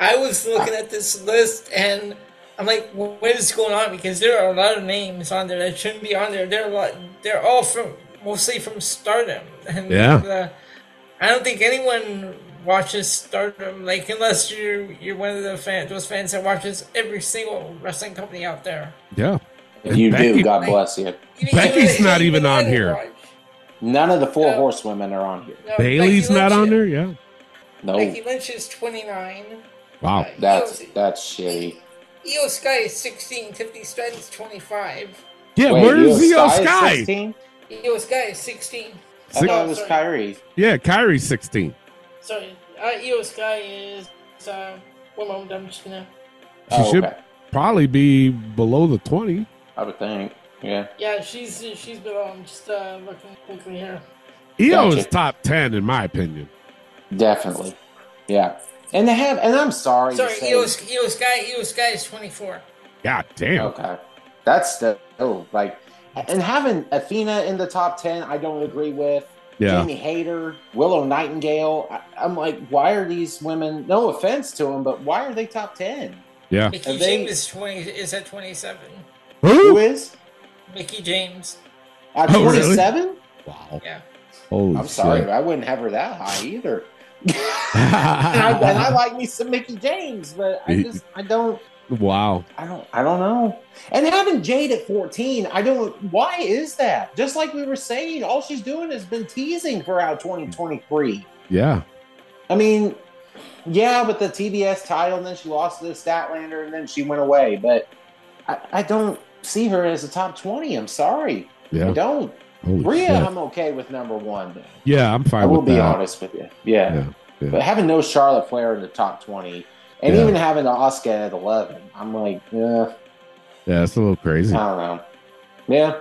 Speaker 5: I was looking at this list and I'm like, what is going on? Because there are a lot of names on there that shouldn't be on there. They're a lot, they're all from mostly from Stardom, and
Speaker 3: Yeah.
Speaker 5: uh, I don't think anyone watches Stardom like unless you're you're one of the fan, those fans that watches every single wrestling company out there.
Speaker 3: Yeah,
Speaker 4: If you
Speaker 3: Becky-
Speaker 4: do, God bless you.
Speaker 5: Even-
Speaker 3: Becky's
Speaker 5: even-
Speaker 3: not even on
Speaker 5: I don't
Speaker 3: here.
Speaker 5: watch.
Speaker 4: None of the four
Speaker 5: No.
Speaker 4: horsewomen are on here.
Speaker 5: No,
Speaker 3: Bailey's
Speaker 5: Becky
Speaker 3: not
Speaker 5: Lynch-
Speaker 3: on there. Oh. Yeah,
Speaker 4: No.
Speaker 5: Becky Lynch is 29.
Speaker 3: wow.
Speaker 4: That's that's shitty.
Speaker 5: Io Sky is 16, Tiffany Stratton's 25.
Speaker 3: Yeah,
Speaker 4: Wait,
Speaker 3: where
Speaker 4: you
Speaker 3: is
Speaker 4: have
Speaker 3: Io
Speaker 4: Sky at
Speaker 3: Sky?
Speaker 4: 16?
Speaker 5: Io Sky is 16.
Speaker 4: I thought it was Kyrie.
Speaker 3: Yeah, Kyrie's sixteen.
Speaker 5: Sorry, uh, Io Sky is. Uh, one moment, I'm just gonna.
Speaker 3: She
Speaker 4: Oh,
Speaker 3: should
Speaker 4: okay.
Speaker 3: probably be below the twenty.
Speaker 4: I would think. Yeah.
Speaker 5: Yeah, she's she's below. I'm just uh, looking quickly here.
Speaker 3: Io is
Speaker 4: Gotcha.
Speaker 3: top ten in my opinion.
Speaker 4: Definitely. Yeah. And they have and I'm sorry. to
Speaker 5: Sorry,
Speaker 4: say-
Speaker 5: Io, Io Sky, Io Sky is 24.
Speaker 3: God damn.
Speaker 4: Okay. That's still like and having Athena in the top ten I don't agree with.
Speaker 3: Yeah.
Speaker 4: Jamie Hayter, Willow Nightingale. I, I'm like, why are these women? No offense to them, but why are they top ten?
Speaker 3: Yeah.
Speaker 5: Mickey
Speaker 4: Are they-
Speaker 5: James is 20 is at 27.
Speaker 4: Who is
Speaker 5: Mickey James.
Speaker 4: at
Speaker 3: Oh, really?
Speaker 4: 27?
Speaker 3: Wow.
Speaker 5: Yeah.
Speaker 3: Holy
Speaker 4: I'm sorry, but I wouldn't have her that high either. and, I, and I
Speaker 3: shit.
Speaker 4: like me some Mickey James, but I just I don't
Speaker 3: wow.
Speaker 4: I don't I don't know. And having Jade at 14, I don't why is that? Just like we were saying, all she's doing has been teasing for out 2023.
Speaker 3: Yeah.
Speaker 4: I mean, yeah, with the TBS title, and then she lost to the Statlander, and then she went away. But I, I don't see her as a top 20. I'm sorry. I
Speaker 3: Yeah.
Speaker 4: don't.
Speaker 3: Holy
Speaker 4: Rhea,
Speaker 3: shit.
Speaker 4: I'm okay with number one. though.
Speaker 3: Yeah, I'm fine
Speaker 4: I will
Speaker 3: with
Speaker 4: be
Speaker 3: that.
Speaker 4: honest with you. Yeah.
Speaker 3: Yeah, yeah.
Speaker 4: But having no Charlotte Flair in the top 20, and
Speaker 3: Yeah.
Speaker 4: even having Oscar at 11, I'm like, yeah,
Speaker 3: Yeah, it's a little crazy.
Speaker 4: I don't know. Yeah.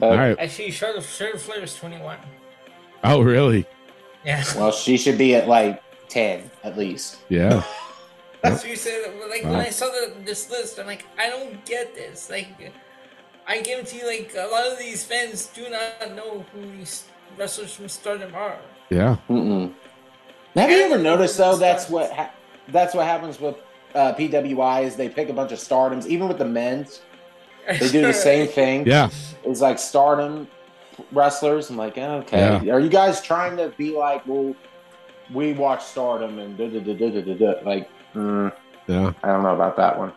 Speaker 4: But,
Speaker 3: All right.
Speaker 5: Actually, Charlotte, Charlotte Flair is 21.
Speaker 3: Oh, really?
Speaker 5: Yeah.
Speaker 4: Well, she should be at like 10 at least.
Speaker 3: Yeah.
Speaker 5: That's what you said. Like when
Speaker 3: Wow.
Speaker 5: I saw the, this list, I'm like, I don't get this. Like, I guarantee, like a lot of these fans do not know who these wrestlers from Stardom are.
Speaker 3: Yeah.
Speaker 4: Mm-mm. Have you ever noticed though? That's what ha- that's what happens with uh, PWI is they pick a bunch of stardoms. Even with the men's, they do the same thing.
Speaker 3: Yeah.
Speaker 4: It's like stardom wrestlers. I'm like, eh, okay, are you guys trying to be like, well, we watch stardom and da da da da da da? Like, mm,
Speaker 3: Yeah.
Speaker 4: I don't know about that one,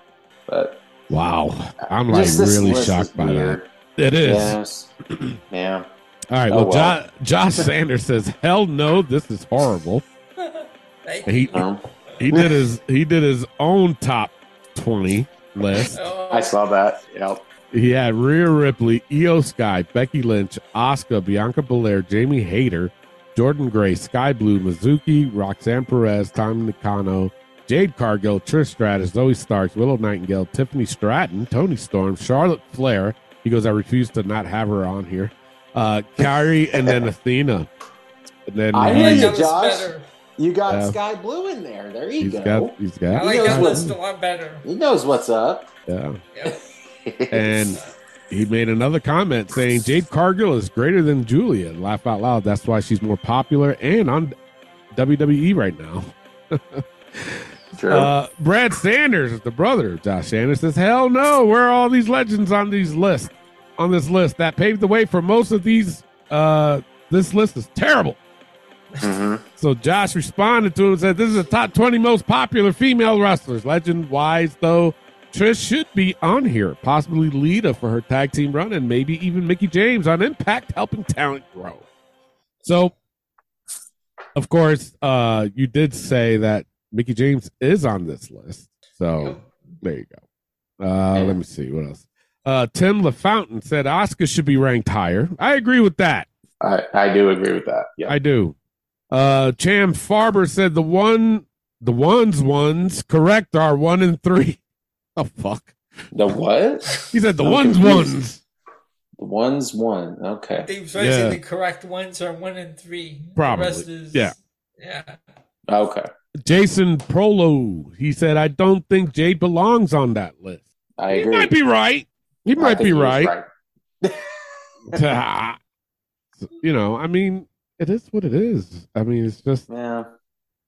Speaker 4: but
Speaker 3: Wow. I'm like
Speaker 4: just this
Speaker 3: really
Speaker 4: list is
Speaker 3: shocked by that.
Speaker 4: weird.
Speaker 3: It is.
Speaker 4: Yes. yeah.
Speaker 3: All right.
Speaker 4: Oh,
Speaker 3: Well,
Speaker 4: well.
Speaker 3: Jo- Josh Sanders says, "Hell no, this is horrible."
Speaker 5: Like,
Speaker 3: He
Speaker 4: Um,
Speaker 3: he did his he did his own top twenty list.
Speaker 5: oh,
Speaker 4: I saw that. Yep.
Speaker 3: He had Rhea Ripley, Io Sky, Becky Lynch, Asuka, Bianca Belair, Jamie Hayter, Jordan Gray, Sky Blue, Mizuki, Roxanne Perez, Tom Nakano, Jade Cargill, Trish Stratus, Zoe Starks, Willow Nightingale, Tiffany Stratton, Tony Storm, Charlotte Flair. He goes, I refuse to not have her on here. Uh, Kyrie and then Athena. And then
Speaker 4: I
Speaker 3: uh,
Speaker 5: I like
Speaker 4: Yeah,
Speaker 5: that was
Speaker 4: Josh.
Speaker 5: better.
Speaker 4: You got
Speaker 3: Yeah.
Speaker 4: Sky Blue in there. There you
Speaker 3: He's
Speaker 4: go.
Speaker 3: got, he's
Speaker 5: I
Speaker 3: got,
Speaker 5: like
Speaker 4: knows
Speaker 5: that
Speaker 4: what-
Speaker 5: list a lot better.
Speaker 4: he knows what's up.
Speaker 3: yeah.
Speaker 5: Yep.
Speaker 3: And he made another comment saying Jade Cargill is greater than Julia. Laugh out loud. That's why she's more popular and on WWE right now.
Speaker 4: True.
Speaker 3: Uh, Brad Sanders is the brother of Josh Sanders. Says, "Hell no! Where are all these legends on these lists? On this list that paved the way for most of these. Uh, this list is terrible."
Speaker 4: Mhm.
Speaker 3: So Josh responded to him and said, "This is the top twenty most popular female wrestlers. Legend wise, though, Trish should be on here. Possibly Lita for her tag team run, and maybe even Mickey James on Impact, helping talent grow." So, of course, uh, you did say that Mickey James is on this list. So.
Speaker 5: Yep.
Speaker 3: There you go. Uh, Let me see what else. Uh, Tim LaFountain said Oscar should be ranked higher. I agree with that.
Speaker 4: I, I do agree with that. Yeah.
Speaker 3: I do. Uh, Cham Farber said the one, the ones ones correct are one and three. The fuck?
Speaker 4: The what?
Speaker 3: He said the
Speaker 4: I'm
Speaker 3: ones
Speaker 4: confused.
Speaker 3: ones.
Speaker 4: The one's one. Okay.
Speaker 5: They so I say
Speaker 3: Yeah.
Speaker 5: the correct ones are one and three.
Speaker 3: Probably.
Speaker 5: The rest is,
Speaker 3: Yeah.
Speaker 5: Yeah.
Speaker 4: Okay.
Speaker 3: Jason Prolo. He said I don't think Jade belongs on that list.
Speaker 4: I
Speaker 3: He
Speaker 4: agree.
Speaker 3: might be right. He
Speaker 4: I
Speaker 3: might
Speaker 4: think
Speaker 3: be
Speaker 4: he was
Speaker 3: right. you know, I mean, it is what it is. I mean, it's just
Speaker 4: Yeah.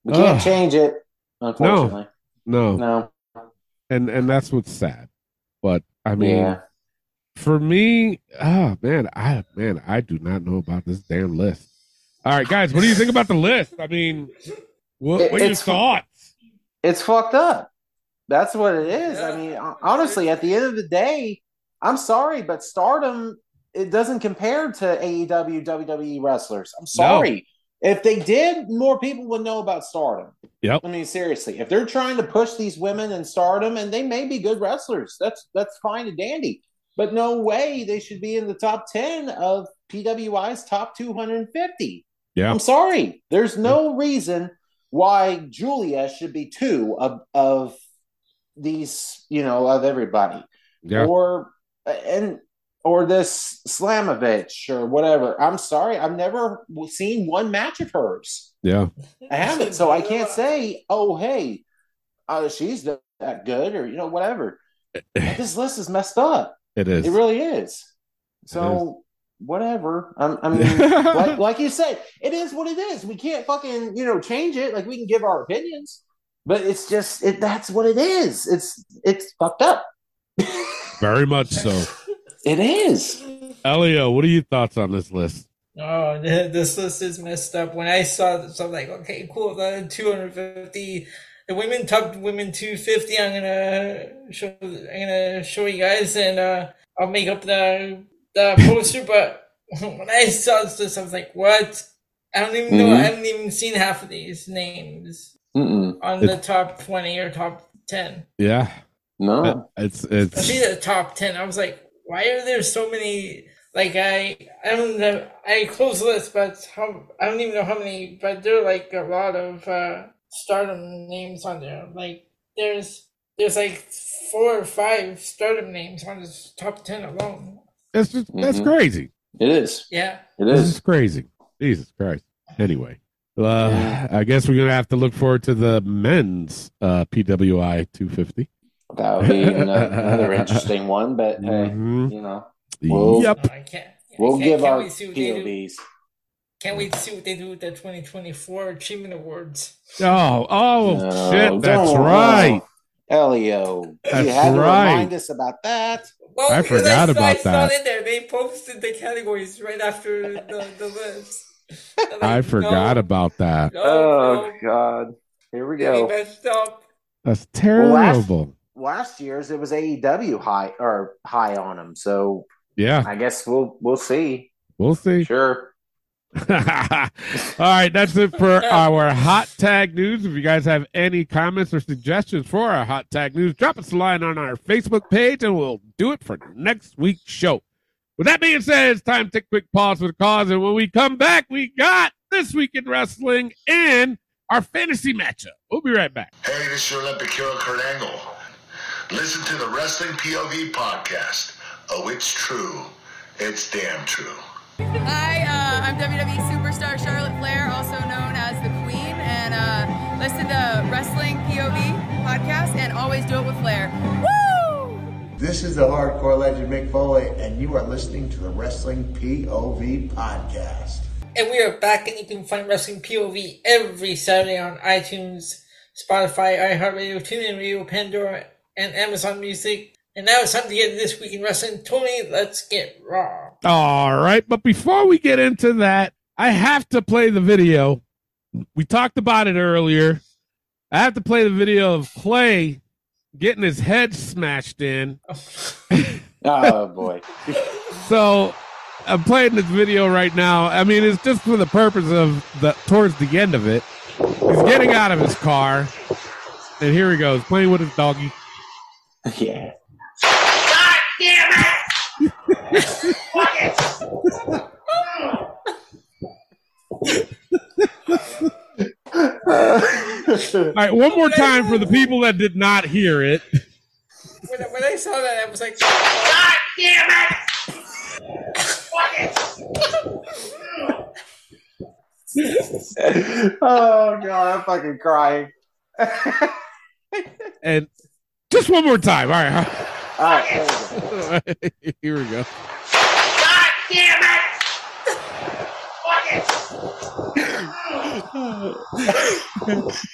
Speaker 4: We can't
Speaker 3: Ugh.
Speaker 4: change it, unfortunately.
Speaker 3: no.
Speaker 4: No.
Speaker 3: and and that's what's sad. But I mean,
Speaker 4: yeah.
Speaker 3: for me, ah, man, I man, I do not know about this damn list. All right, guys, what do you think about the list? I mean, what,
Speaker 4: It-
Speaker 3: what are your
Speaker 4: it's-
Speaker 3: thoughts?
Speaker 4: It's fucked up. That's what it is. I
Speaker 5: Yeah.
Speaker 4: mean, hon- honestly, at the end of the day, I'm sorry, but stardom it doesn't compare to E AEW WWE wrestlers. I'm sorry. If they did, more people would know about stardom.
Speaker 3: Yep.
Speaker 4: I mean, seriously, if they're trying to push these women in stardom and they may be good wrestlers, that's that's fine and dandy. But no way they should be in the top 10 of PWI's top 250.
Speaker 3: Yeah.
Speaker 4: I'm sorry. There's no reason why Julia should be two of of these, you know, of everybody.
Speaker 3: Yeah,
Speaker 4: Or and or this Slamovich or whatever. I'm sorry. I've never seen one match of hers.
Speaker 3: yeah,
Speaker 4: I haven't, so I can't say, "Oh, hey, uh, she's th- that good," or you know, whatever. this list is messed up.
Speaker 3: it is.
Speaker 4: It really is. So whatever. I'm, I mean, like, like you said, it is what it is. We can't fucking you know change it. Like we can give our opinions, but it's just it, that's what it is. It's it's fucked up.
Speaker 3: Very much so.
Speaker 4: It is.
Speaker 3: Elio, what are your thoughts on this list?
Speaker 5: Oh, th- this list is messed up. When I saw this, I'm like, okay, cool. The 250, the women top women 250. I'm gonna show, I'm gonna show you guys, and uh, I'll make up the the poster. but when I saw this list, I was like, what? I don't even know.
Speaker 4: Mhm.
Speaker 5: I haven't even seen half of these names
Speaker 4: Mm-mm.
Speaker 5: on the top 20 or top 10.
Speaker 3: Yeah,
Speaker 4: No.
Speaker 3: it's
Speaker 5: Especially
Speaker 3: it's
Speaker 5: the top 10. I was like, why are there so many? Like, I, I don't know. I close the list, but how, I don't even know how many, but there are like a lot of uh, stardom names on there. Like, there's, there's like four or five stardom names on this top 10 alone.
Speaker 3: it's just that's
Speaker 4: Mhm.
Speaker 3: crazy.
Speaker 4: It is.
Speaker 5: Yeah.
Speaker 4: It
Speaker 3: This
Speaker 4: is.
Speaker 3: is crazy. Jesus Christ. Anyway, uh, I guess we're gonna have to look forward to the men's uh, PWI 250.
Speaker 4: That would be another, another interesting one, but hey,
Speaker 3: Mhm.
Speaker 4: you know, Well,
Speaker 3: Yep.
Speaker 5: No, I can't.
Speaker 4: we'll
Speaker 5: I can't,
Speaker 4: give
Speaker 5: can't
Speaker 4: our
Speaker 5: wait to see what they do.
Speaker 4: POVs.
Speaker 5: Can't wait to see what they do with the 2024 Achievement Awards.
Speaker 3: Oh, oh
Speaker 4: No,
Speaker 3: shit, that's
Speaker 4: don't.
Speaker 3: right.
Speaker 4: Elio.
Speaker 3: That's
Speaker 4: you had
Speaker 3: right.
Speaker 4: to remind us about that.
Speaker 5: Well,
Speaker 3: I
Speaker 5: because
Speaker 3: forgot
Speaker 5: saw-
Speaker 3: about
Speaker 5: I saw
Speaker 3: that.
Speaker 5: it in there. They posted the categories right after the, the list. I'm
Speaker 3: I
Speaker 5: like,
Speaker 3: forgot
Speaker 5: no,
Speaker 3: about that.
Speaker 5: No,
Speaker 4: Oh
Speaker 5: no,
Speaker 4: God. Here we
Speaker 5: they
Speaker 4: go.
Speaker 5: messed up.
Speaker 3: That's
Speaker 4: last-
Speaker 3: terrible.
Speaker 4: Last year's it was AEW high or high on them, so
Speaker 3: Yeah,
Speaker 4: I guess we'll we'll see.
Speaker 3: we'll see.
Speaker 4: Sure.
Speaker 3: All right, that's it for our hot tag news. If you guys have any comments or suggestions for our hot tag news, drop us a line on our Facebook page and we'll do it for next week's show. With that being said, it's time to take a quick pause for the cause. And when we come back, we got This Week in Wrestling and our fantasy matchup. We'll be right back.
Speaker 6: Hey, this is your Olympic hero, Kurt Angle. Listen to the Wrestling POV podcast. Oh, it's true. It's damn true.
Speaker 7: E Hi, uh, I'm WWE superstar Charlotte Flair, also known as the Queen, and uh, the Wrestling POV podcast and always do it with flair. Woo!
Speaker 8: This is the hardcore legend Mick Foley, and you are listening to the Wrestling POV podcast.
Speaker 5: And we are back, and you can find Wrestling POV every Saturday on iTunes, Spotify, iHeartRadio, TuneIn Radio, Pandora, and Amazon Music. And now it's time to get this week in wrestling. Tony, let's get raw.
Speaker 3: All right, but before we get into that, I have to play the video. We talked about it earlier. I have to play the video of Clay getting his head smashed in.
Speaker 4: Oh boy.
Speaker 3: So I'm playing this video right now. I mean, it's just for the purpose of the towards the end of it. He's getting out of his car, and here he goes playing with his doggy.
Speaker 4: yeah.
Speaker 6: God damn it! Fuck it!
Speaker 4: Oh,
Speaker 3: All right, one more time for the people that did not hear it.
Speaker 5: When, when I saw that, I was like,
Speaker 6: God damn it! Fuck it!
Speaker 4: oh god, I'm fucking crying. All
Speaker 3: And just one more time. All right,
Speaker 4: right, there
Speaker 3: all right. here
Speaker 4: we go.
Speaker 3: we go.
Speaker 6: God damn it! Fuck it!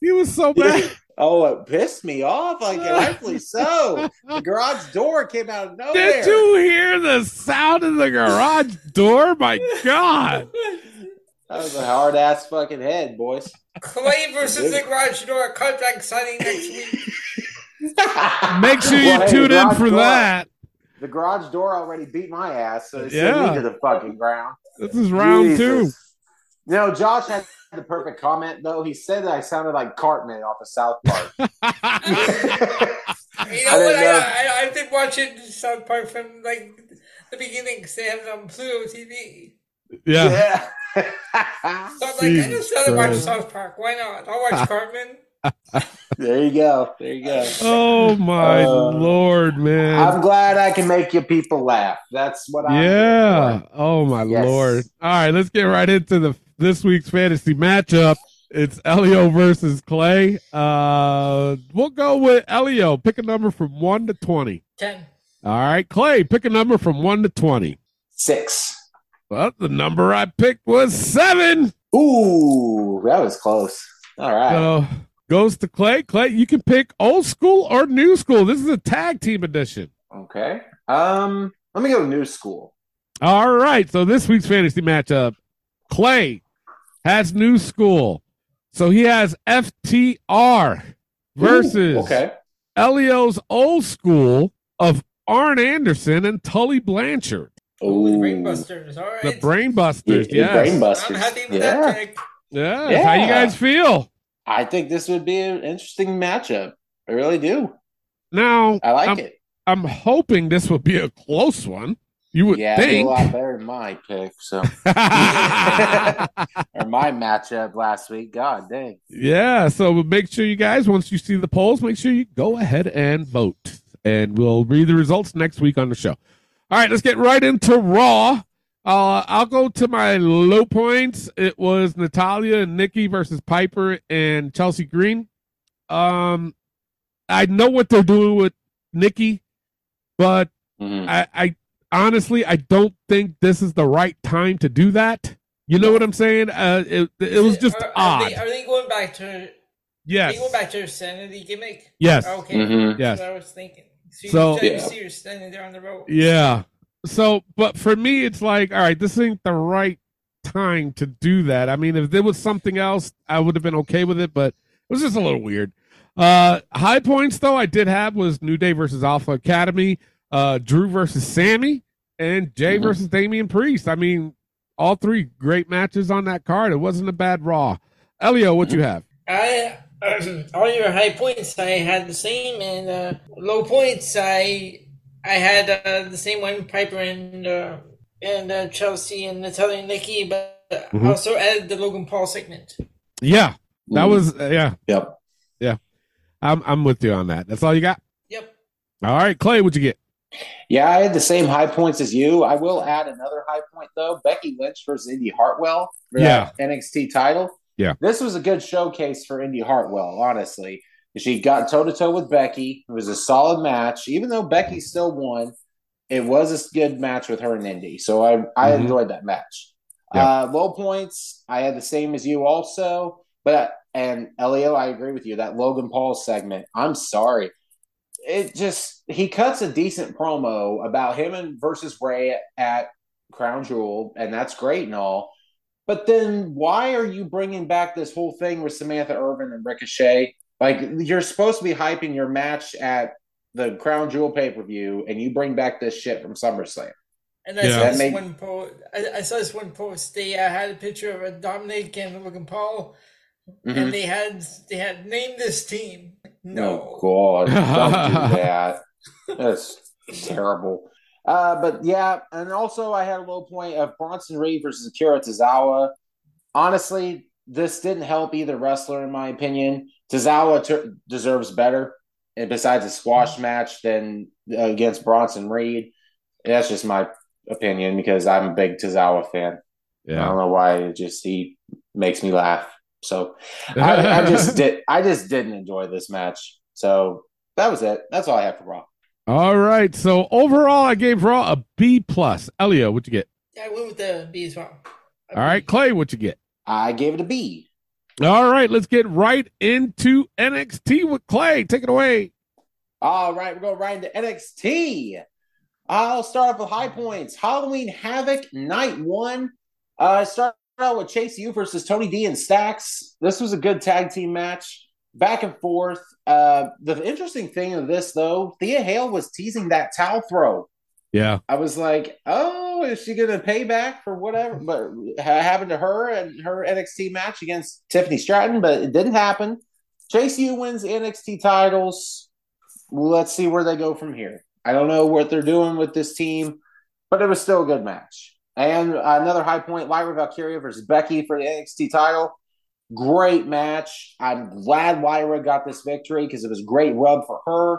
Speaker 3: He was so bad.
Speaker 4: Oh, it pissed me off. Like rightfully so. The garage door came out of nowhere.
Speaker 3: Did you hear the sound of the garage door? My God.
Speaker 4: That was a hard ass fucking head, boys.
Speaker 5: Clay versus the garage door contract signing next week.
Speaker 3: Make sure you
Speaker 4: Well, hey,
Speaker 3: tune in
Speaker 4: garage
Speaker 3: for
Speaker 4: door.
Speaker 3: that.
Speaker 4: The garage door already beat my ass, so they
Speaker 3: Yeah.
Speaker 4: sent me to the fucking ground.
Speaker 3: This is round two.
Speaker 4: two. No, Josh had the perfect comment though. He said that I sounded like Cartman off of South Park.
Speaker 5: You
Speaker 4: I
Speaker 5: know
Speaker 4: didn't
Speaker 5: what? I,
Speaker 4: know.
Speaker 5: I, I did watch it South Park from like the beginning because they have it on Pluto TV.
Speaker 3: Yeah.
Speaker 4: yeah.
Speaker 5: So I'm like, I
Speaker 3: Jesus
Speaker 5: just rather watch
Speaker 3: Christ.
Speaker 5: South Park. Why not? I'll watch Cartman.
Speaker 4: there you go. There you go.
Speaker 3: Oh my
Speaker 4: Uh,
Speaker 3: lord,
Speaker 4: I'm
Speaker 3: man.
Speaker 4: glad I can make you people laugh. That's what I'm
Speaker 3: Yeah. Oh my
Speaker 4: Yes.
Speaker 3: lord. All right, let's get right into the this week's fantasy matchup. It's Elio versus Clay. Uh we'll go with Elio. Pick a number from one to twenty.
Speaker 5: Ten.
Speaker 3: All right, Clay, pick a number from one to twenty.
Speaker 4: Six.
Speaker 3: Well, the number I picked was seven.
Speaker 4: Ooh, that was close. All right.
Speaker 3: So goes to Clay. Clay, you can pick old school or new school. This is a tag team edition.
Speaker 4: Okay. Um, let me go new school.
Speaker 3: All right. So this week's fantasy matchup, Clay has new school. So he has FTR versus
Speaker 4: Ooh, okay.
Speaker 3: Elio's old school of Arn Anderson and Tully Blanchard.
Speaker 5: Ooh, the
Speaker 4: Ooh.
Speaker 5: Brainbusters. All right.
Speaker 3: The Brainbusters. Yeah,
Speaker 4: Yeah,
Speaker 3: yes.
Speaker 5: I'm
Speaker 4: Brainbusters.
Speaker 5: happy with
Speaker 4: yeah.
Speaker 5: that pick.
Speaker 3: yes. How you
Speaker 4: Yeah.
Speaker 3: guys feel?
Speaker 4: I think this would be an interesting matchup. I really do.
Speaker 3: Now
Speaker 4: I like
Speaker 3: I'm,
Speaker 4: it.
Speaker 3: I'm hoping this will be a close one. You would
Speaker 4: Yeah, it'd be a
Speaker 3: think.
Speaker 4: lot better than my pick. So or my matchup last week. God dang.
Speaker 3: yeah, so make sure you guys, once you see the polls, make sure you go ahead and vote. And we'll read the results next week on the show. All right, let's get right into Raw. Uh, I'll go to my low points. It was Natalia and Nikki versus Piper and Chelsea Green. Um, I know what they're doing with Nikki, but
Speaker 4: Mhm.
Speaker 5: Mm-hmm.
Speaker 3: I, I honestly, I don't think this is the right time to do that. You know what I'm saying? Uh, it, it was just
Speaker 5: are, Are
Speaker 3: odd.
Speaker 5: they, are they going back to? Are they
Speaker 3: yes.
Speaker 5: going back to her sanity gimmick?
Speaker 3: Yes.
Speaker 5: Okay.
Speaker 4: Mhm.
Speaker 5: That's
Speaker 3: Yes.
Speaker 5: what I was thinking. So,
Speaker 3: So-
Speaker 5: you, yeah.
Speaker 4: Yeah.
Speaker 5: see her standing there on the road.
Speaker 3: Yeah. So, but for me, it's like, all right, this ain't the right time to do that. I mean, if there was something else, I would have been okay with it, but it was just a little weird. Uh, high points though I did have was New Day versus Alpha Academy, uh, Drew versus Sammy, and Jay
Speaker 4: Mhm.
Speaker 3: versus Damian Priest. I mean, all three great matches on that card. It wasn't a bad Raw. Elio, what you have?
Speaker 5: I all your high points I had the same, and uh, low points I I had uh, the same one Piper and uh, and uh, Chelsea and Natalia and Nikki, but
Speaker 3: Mhm.
Speaker 5: I also added the Logan Paul segment.
Speaker 3: Yeah, that
Speaker 4: Mhm.
Speaker 3: was uh, yeah.
Speaker 4: Yep.
Speaker 3: I'm I'm with you on that. That's all you got.
Speaker 5: Yep.
Speaker 3: All right, Clay, what you get?
Speaker 4: Yeah, I had the same high points as you. I will add another high point though. Becky Lynch versus Indy Hartwell for that NXT title.
Speaker 3: Yeah.
Speaker 4: This was a good showcase for Indy Hartwell, honestly. She got toe to toe with Becky. It was a solid match. Even though Becky still won, it was a good match with her and Indy. So I, I
Speaker 3: Mhm.
Speaker 4: enjoyed that match.
Speaker 3: Yeah.
Speaker 4: Uh, low points, I had the same as you also. But, and Elio, I agree with you. That Logan Paul segment, I'm sorry. It just, he cuts a decent promo about him and versus Ray at Crown Jewel, and that's great and all. But then why are you bringing back this whole thing with Samantha Irvin and Ricochet? Like you're supposed to be hyping your match at the Crown Jewel pay per view, and you bring back this shit from SummerSlam.
Speaker 5: And I
Speaker 3: Yeah.
Speaker 5: saw
Speaker 3: That
Speaker 5: this
Speaker 4: made-
Speaker 5: one post. I, I saw this one post. They uh, had a picture of uh, Dominic and Logan Paul,
Speaker 4: Mhm.
Speaker 3: Mm-hmm.
Speaker 5: and they had they had named this team. No,
Speaker 4: Oh, God, don't do that. That's terrible. Uh, but yeah, and also I had a low point of Bronson Reed versus Akira Tozawa. Honestly, this didn't help either wrestler, in my opinion. Tozawa ter- deserves better, and besides a squash match than uh, against Bronson Reed. That's just my opinion because I'm a big Tozawa fan. I
Speaker 3: Yeah.
Speaker 4: don't know why. It just he makes me laugh. So I, I just did. I just didn't enjoy this match. So that was it. That's all I have for Raw.
Speaker 3: All right. So overall, I gave Raw a B plus. Elio, what you get?
Speaker 5: I went with the B as well.
Speaker 3: All right, Clay, what you get?
Speaker 4: I gave it a B.
Speaker 3: All right, let's get right into NXT with Clay. Take it away.
Speaker 4: All right, we're going right into NXT. I'll start off with high points. Halloween Havoc Night One. Uh, start out with Chase U versus Tony D and Stacks. This was a good tag team match, back and forth. Uh, the interesting thing of this though, Thea Hale was teasing that towel throw.
Speaker 3: Yeah.
Speaker 4: I was like, oh, is she going to pay back for whatever but ha- happened to her and her NXT match against Tiffany Stratton? But it didn't happen. Chase U wins NXT titles. Let's see where they go from here. I don't know what they're doing with this team, but it was still a good match. And another high point: Lyra Valkyria versus Becky for the NXT title. Great match. I'm glad Lyra got this victory because it was great rub for her.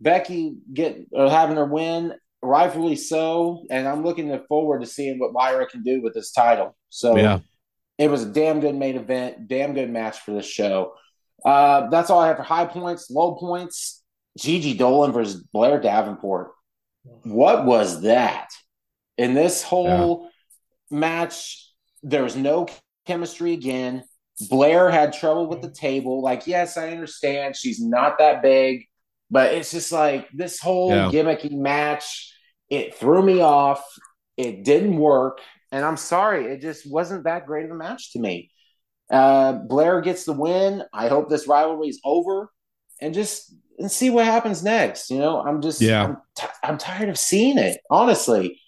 Speaker 4: Becky get uh, having her win rightfully so. And I'm looking forward to seeing what Lyra can do with this title. So
Speaker 3: Yeah.
Speaker 4: it was a damn good main event, damn good match for this show. Uh, that's all I have for high points, low points. Gigi Dolan versus Blair Davenport. What was that? In this whole match, there was no chemistry again. Blair had trouble with the table. Like, yes, I understand she's not that big, but it's just like this whole
Speaker 3: Yeah.
Speaker 4: gimmicky match. It threw me off. It didn't work. And I'm sorry, it just wasn't that great of a match to me. Uh, Blair gets the win. I hope this rivalry is over, and just and see what happens next. You know, I'm just
Speaker 3: Yeah.
Speaker 4: I'm, ti I'm tired of seeing it, honestly.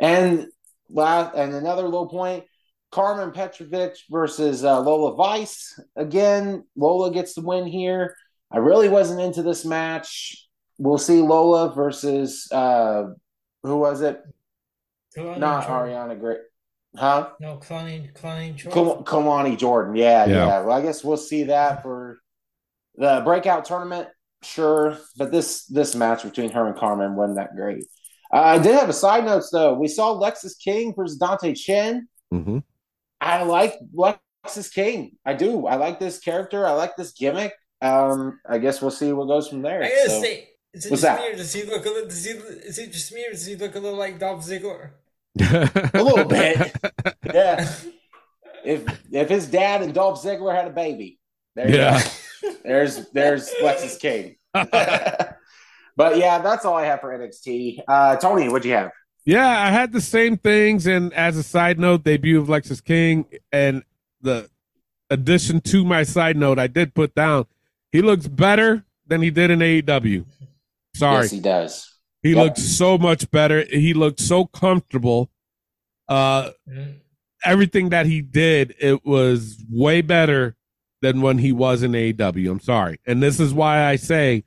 Speaker 4: And last, and another low point: Carmen Petrovic versus uh, Lola Vice again. Lola gets the win here. I really wasn't into this match. We'll see Lola versus uh, who was it?
Speaker 5: Kalani
Speaker 4: Not
Speaker 5: Jordan.
Speaker 4: Ariana Gray, huh?
Speaker 5: No, Kalani, Kalani
Speaker 4: Kal-
Speaker 5: Jordan.
Speaker 4: Kalani Jordan. Yeah,
Speaker 3: Yeah.
Speaker 4: yeah, Well, I guess we'll see that for the breakout tournament, sure. But this this match between her and Carmen wasn't that great. Uh, I did have a side notes though. We saw Lexus King versus Dante Chen.
Speaker 3: Mm-hmm.
Speaker 4: I like Lexus King. I do. I like this character. I like this gimmick. Um, I guess we'll see what goes from there.
Speaker 5: I gotta
Speaker 4: So-
Speaker 5: say, is it
Speaker 4: What's
Speaker 5: just
Speaker 4: that?
Speaker 5: me or does he look a little? Does he, is it just me or does he look a little like Dolph Ziggler?
Speaker 4: a little bit. yeah. If if his dad and Dolph Ziggler had a baby, there you
Speaker 3: Yeah.
Speaker 4: go. There's there's Lexus King. but yeah, that's all I have for NXT. Uh, Tony, what'd you have?
Speaker 3: Yeah, I had the same things. And as a side note, debut of Lexus King and the addition to my side note, I did put down he looks better than he did in AEW. Sorry.
Speaker 4: Yes, he does.
Speaker 3: he
Speaker 4: yeah.
Speaker 3: looked so much better. He looked so comfortable. Uh, everything that he did, it was way better than when he was in AEW. I'm sorry. And this is why I say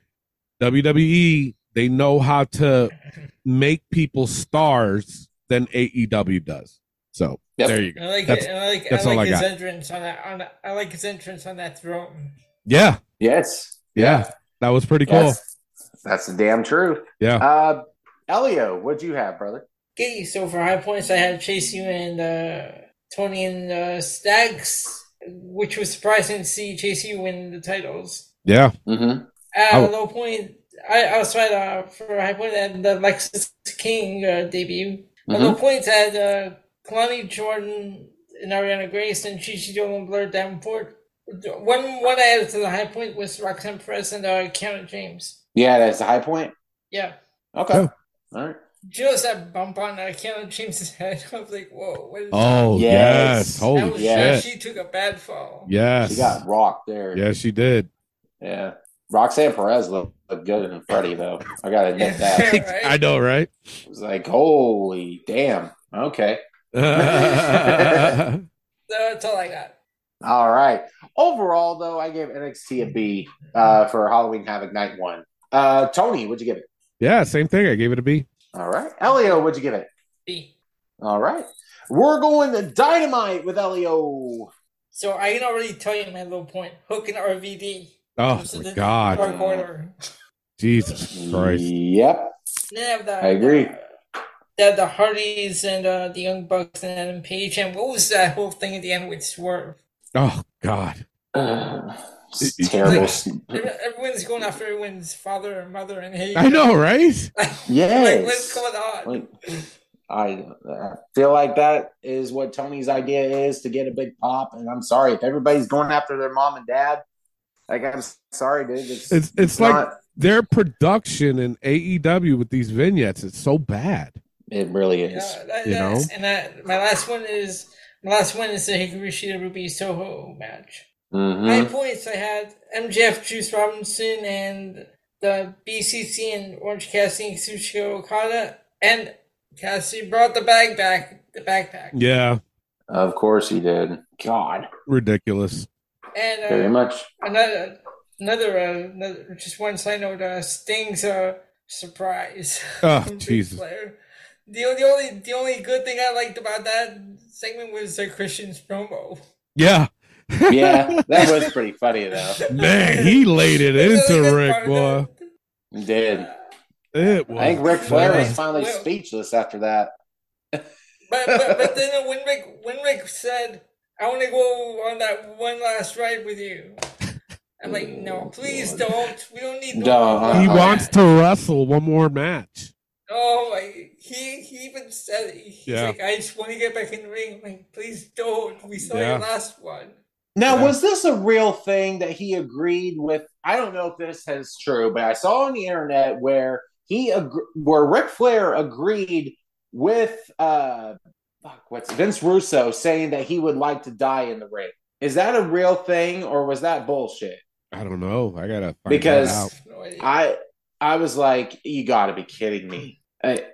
Speaker 3: WWE, they know how to make people stars than AEW does. So
Speaker 4: Yep.
Speaker 3: there you go.
Speaker 5: And I like,
Speaker 3: That's-
Speaker 5: it, and I like,
Speaker 3: that's
Speaker 5: I like
Speaker 3: all I
Speaker 5: his
Speaker 3: got.
Speaker 5: entrance on that. On that- I like his entrance on that throne.
Speaker 3: Yeah.
Speaker 4: Yes.
Speaker 3: Yeah. That was pretty cool.
Speaker 4: That's, that's the damn truth.
Speaker 3: Yeah.
Speaker 4: Uh, Elio, what'd you have, brother?
Speaker 5: Okay, so for high points, I had Chase you and uh, Tony and uh, Stacks. which was surprising to see JC win the titles.
Speaker 3: Yeah.
Speaker 4: Mm-hmm.
Speaker 5: At
Speaker 3: Oh.
Speaker 5: a low point, I, I was right uh, for a high point at the Lexus King uh, debut. At
Speaker 3: Mm-hmm.
Speaker 5: low points at uh, Kalani Jordan and Ariana Grace and Gigi Dolan Blur Davenport. One one added to the high point was Roxanne Perez and uh, Cameron James.
Speaker 4: Yeah, that's the high point.
Speaker 5: Yeah.
Speaker 4: Okay.
Speaker 3: Yeah.
Speaker 4: All right.
Speaker 5: Just that bump on uh, Cameron James's head. I was like, whoa, what is
Speaker 3: Oh yes.
Speaker 4: Yes.
Speaker 5: that? That
Speaker 3: Holy
Speaker 5: was,
Speaker 4: yeah.
Speaker 3: shit.
Speaker 5: She took a bad fall.
Speaker 4: She
Speaker 3: Yes.
Speaker 4: got rocked there.
Speaker 3: Yeah, she did.
Speaker 4: Yeah. Roxanne Perez looked, looked good in Freddy, though. I got to admit that.
Speaker 5: Yeah, right?
Speaker 3: I know, right?
Speaker 4: It was like, holy damn. Okay.
Speaker 5: That's all I got.
Speaker 4: All right. Overall, though, I gave NXT a B uh, for Halloween Havoc Night 1. Uh, Tony, what'd you give it?
Speaker 3: yeah, same thing. I gave it a B.
Speaker 4: All right. Elio, what'd you give it?
Speaker 5: B.
Speaker 4: All right. We're going to Dynamite with Elio.
Speaker 5: So I can already tell you my low point. Hook and RVD.
Speaker 3: Oh
Speaker 5: Those are
Speaker 3: my
Speaker 5: the
Speaker 3: god.
Speaker 5: Dark order.
Speaker 3: Jesus
Speaker 4: E.
Speaker 3: Christ.
Speaker 4: Yep.
Speaker 5: Then have the,
Speaker 4: I agree.
Speaker 5: They have the Hardys and uh, the Young Bucks and Adam Page. And what was that whole thing at the end with Swerve?
Speaker 3: Oh god.
Speaker 4: It's terrible.
Speaker 5: Everyone's going after everyone's father and mother and hey.
Speaker 3: I know, right?
Speaker 5: Like, what's
Speaker 4: Yes.
Speaker 5: going on?
Speaker 4: Like, I I feel like that is what Tony's idea is to get a big pop. And I'm sorry if everybody's going after their mom and dad. Like, I'm sorry, dude. It's,
Speaker 3: It's it's like
Speaker 4: not-
Speaker 3: their production in AEW with these vignettes, it's so bad.
Speaker 4: it really is.
Speaker 5: Yeah, that,
Speaker 3: You
Speaker 5: that's-
Speaker 3: know?
Speaker 5: And that, my last one is my last one is the Hikaru and Ruby Soho match.
Speaker 4: Mhm.
Speaker 5: High points I had MJF, Juice Robinson, and the BCC and Orange Cassidy and Kazuchika Okada, and Cassidy brought the bag back, the backpack,
Speaker 3: Yeah.
Speaker 4: Of course he did. God,
Speaker 3: Ridiculous.
Speaker 4: very
Speaker 5: and uh,
Speaker 4: much.
Speaker 5: another, another, uh, another, just one side note: uh, Sting's uh, surprise.
Speaker 3: Oh,
Speaker 5: Big
Speaker 3: Jesus.
Speaker 5: Flair. The, the only the only good thing I liked about that segment was uh, Christian's promo.
Speaker 3: Yeah.
Speaker 4: Yeah, that was pretty funny though.
Speaker 3: Man, he laid it
Speaker 5: That's the only
Speaker 3: into
Speaker 5: good
Speaker 3: Rick,
Speaker 5: part
Speaker 3: boy.
Speaker 5: of it.
Speaker 4: He did.
Speaker 3: It was
Speaker 4: I think Ric Flair was
Speaker 3: bad.
Speaker 4: finally
Speaker 5: Well-
Speaker 4: speechless after that.
Speaker 5: But, but but then when Rick when Rick said, "I want to go on that one last ride with you," I'm like, "No, please don't. We don't need."
Speaker 4: No,
Speaker 5: one more
Speaker 4: uh,
Speaker 3: He
Speaker 5: ride."
Speaker 3: wants to wrestle one more match.
Speaker 5: Oh my! He he even said it. he's
Speaker 3: Yeah.
Speaker 5: like, "I just want to get back in the ring." I'm like, please don't. We saw
Speaker 3: Yeah.
Speaker 5: your last one.
Speaker 4: Now,
Speaker 3: Yeah.
Speaker 4: was this a real thing that he agreed with? I don't know if this is true, but I saw on the internet where he agr where Ric Flair agreed with uh, fuck, what's Vince Russo saying that he would like to die in the ring. Is that a real thing or was that bullshit?
Speaker 3: I don't know. I gotta find
Speaker 4: Because-
Speaker 3: that out.
Speaker 5: No idea.
Speaker 4: I I was like, you got to be kidding me. I,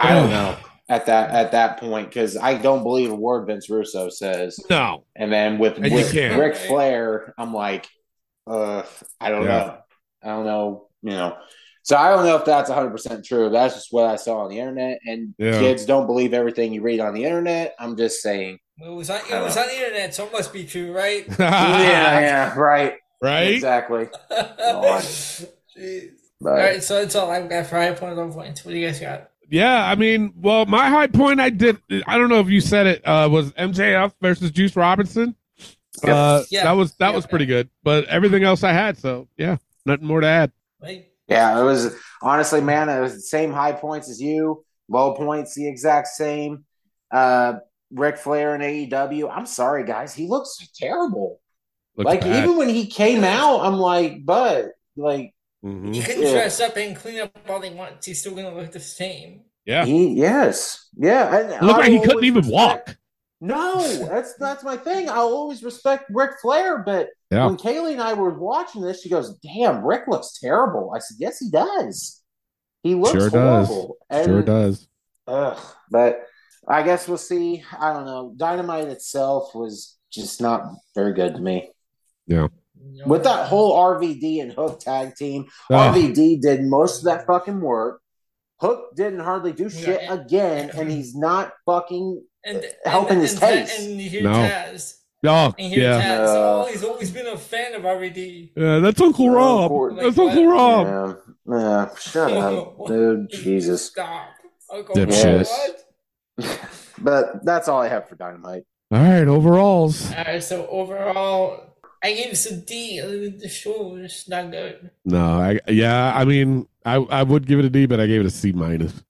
Speaker 4: I don't know at that at that point because I don't believe a word Vince Russo says.
Speaker 3: No.
Speaker 4: And then with,
Speaker 3: And you
Speaker 4: with
Speaker 3: can't.
Speaker 4: Ric Flair, I'm like, uh, I don't
Speaker 3: Yeah.
Speaker 4: know. I don't know. You know. So I don't know if that's 100 percent true. That's just what I saw on the internet. And
Speaker 3: Yeah.
Speaker 4: kids don't believe everything you read on the internet. I'm just saying.
Speaker 5: Well, it was on
Speaker 4: I
Speaker 5: it was on the internet, so it must be true, right?
Speaker 4: yeah, yeah, right,
Speaker 3: Right?
Speaker 4: exactly. Lord.
Speaker 5: Jeez.
Speaker 4: But
Speaker 5: All right, so that's all I've got for high point low points. What do you guys got?
Speaker 3: Yeah, I mean, well, my high point I did I don't know if you said it, uh was MJF versus Juice Robinson. Uh
Speaker 5: Yeah.
Speaker 3: that was that
Speaker 5: Yeah.
Speaker 3: was pretty good. But everything else I had, so yeah, nothing more to add.
Speaker 5: Like,
Speaker 4: yeah, it was honestly, man, it was the same high points as you, low points the exact same. Uh, Ric Flair and AEW. I'm sorry, guys. He looks terrible.
Speaker 3: Looks
Speaker 4: like
Speaker 3: bad.
Speaker 4: even when he came out, I'm like, but like
Speaker 3: Mhm.
Speaker 5: He can
Speaker 4: Yeah.
Speaker 5: dress up and clean up all he wants. He's still gonna look the same.
Speaker 3: Yeah.
Speaker 4: he, yes, yeah. And
Speaker 3: Looked
Speaker 4: I
Speaker 3: like he
Speaker 4: will
Speaker 3: couldn't
Speaker 4: always
Speaker 3: even
Speaker 4: respect-
Speaker 3: walk.
Speaker 4: No, that's that's my thing. I'll always respect Ric Flair, but
Speaker 3: Yeah.
Speaker 4: when Kaylee and I were watching this, she goes, "Damn, Rick looks terrible." I said, "Yes, he does. He looks
Speaker 3: Sure does.
Speaker 4: horrible."
Speaker 3: Sure
Speaker 4: And-
Speaker 3: does.
Speaker 4: Ugh, but I guess we'll see. I don't know. Dynamite itself was just not very good to me.
Speaker 5: No.
Speaker 4: With that whole RVD and Hook tag team,
Speaker 3: Oh,
Speaker 4: RVD did most of that fucking work. Hook didn't hardly do shit
Speaker 5: Yeah.
Speaker 4: again, and he's not fucking.
Speaker 5: and,
Speaker 4: helping his
Speaker 5: Ta-
Speaker 4: case.
Speaker 5: And here
Speaker 3: No.
Speaker 5: Taz.
Speaker 3: oh,
Speaker 5: And here
Speaker 3: yeah.
Speaker 5: Taz.
Speaker 4: No.
Speaker 5: Oh, he's always been a fan of RVD.
Speaker 3: Yeah, that's Uncle
Speaker 4: Oh,
Speaker 3: Rob.
Speaker 4: poor-
Speaker 3: That's Uncle Rob.
Speaker 4: Yeah, yeah, shut up, dude. Jesus.
Speaker 5: Stop. Uncle
Speaker 3: Dipshit.
Speaker 5: What?
Speaker 4: But that's all I have for Dynamite.
Speaker 3: All right, overalls.
Speaker 5: All right, so overall, I gave this a D. Uh, The show was not good.
Speaker 3: No, I yeah, I mean, I I would give it a D, but I gave it a C minus.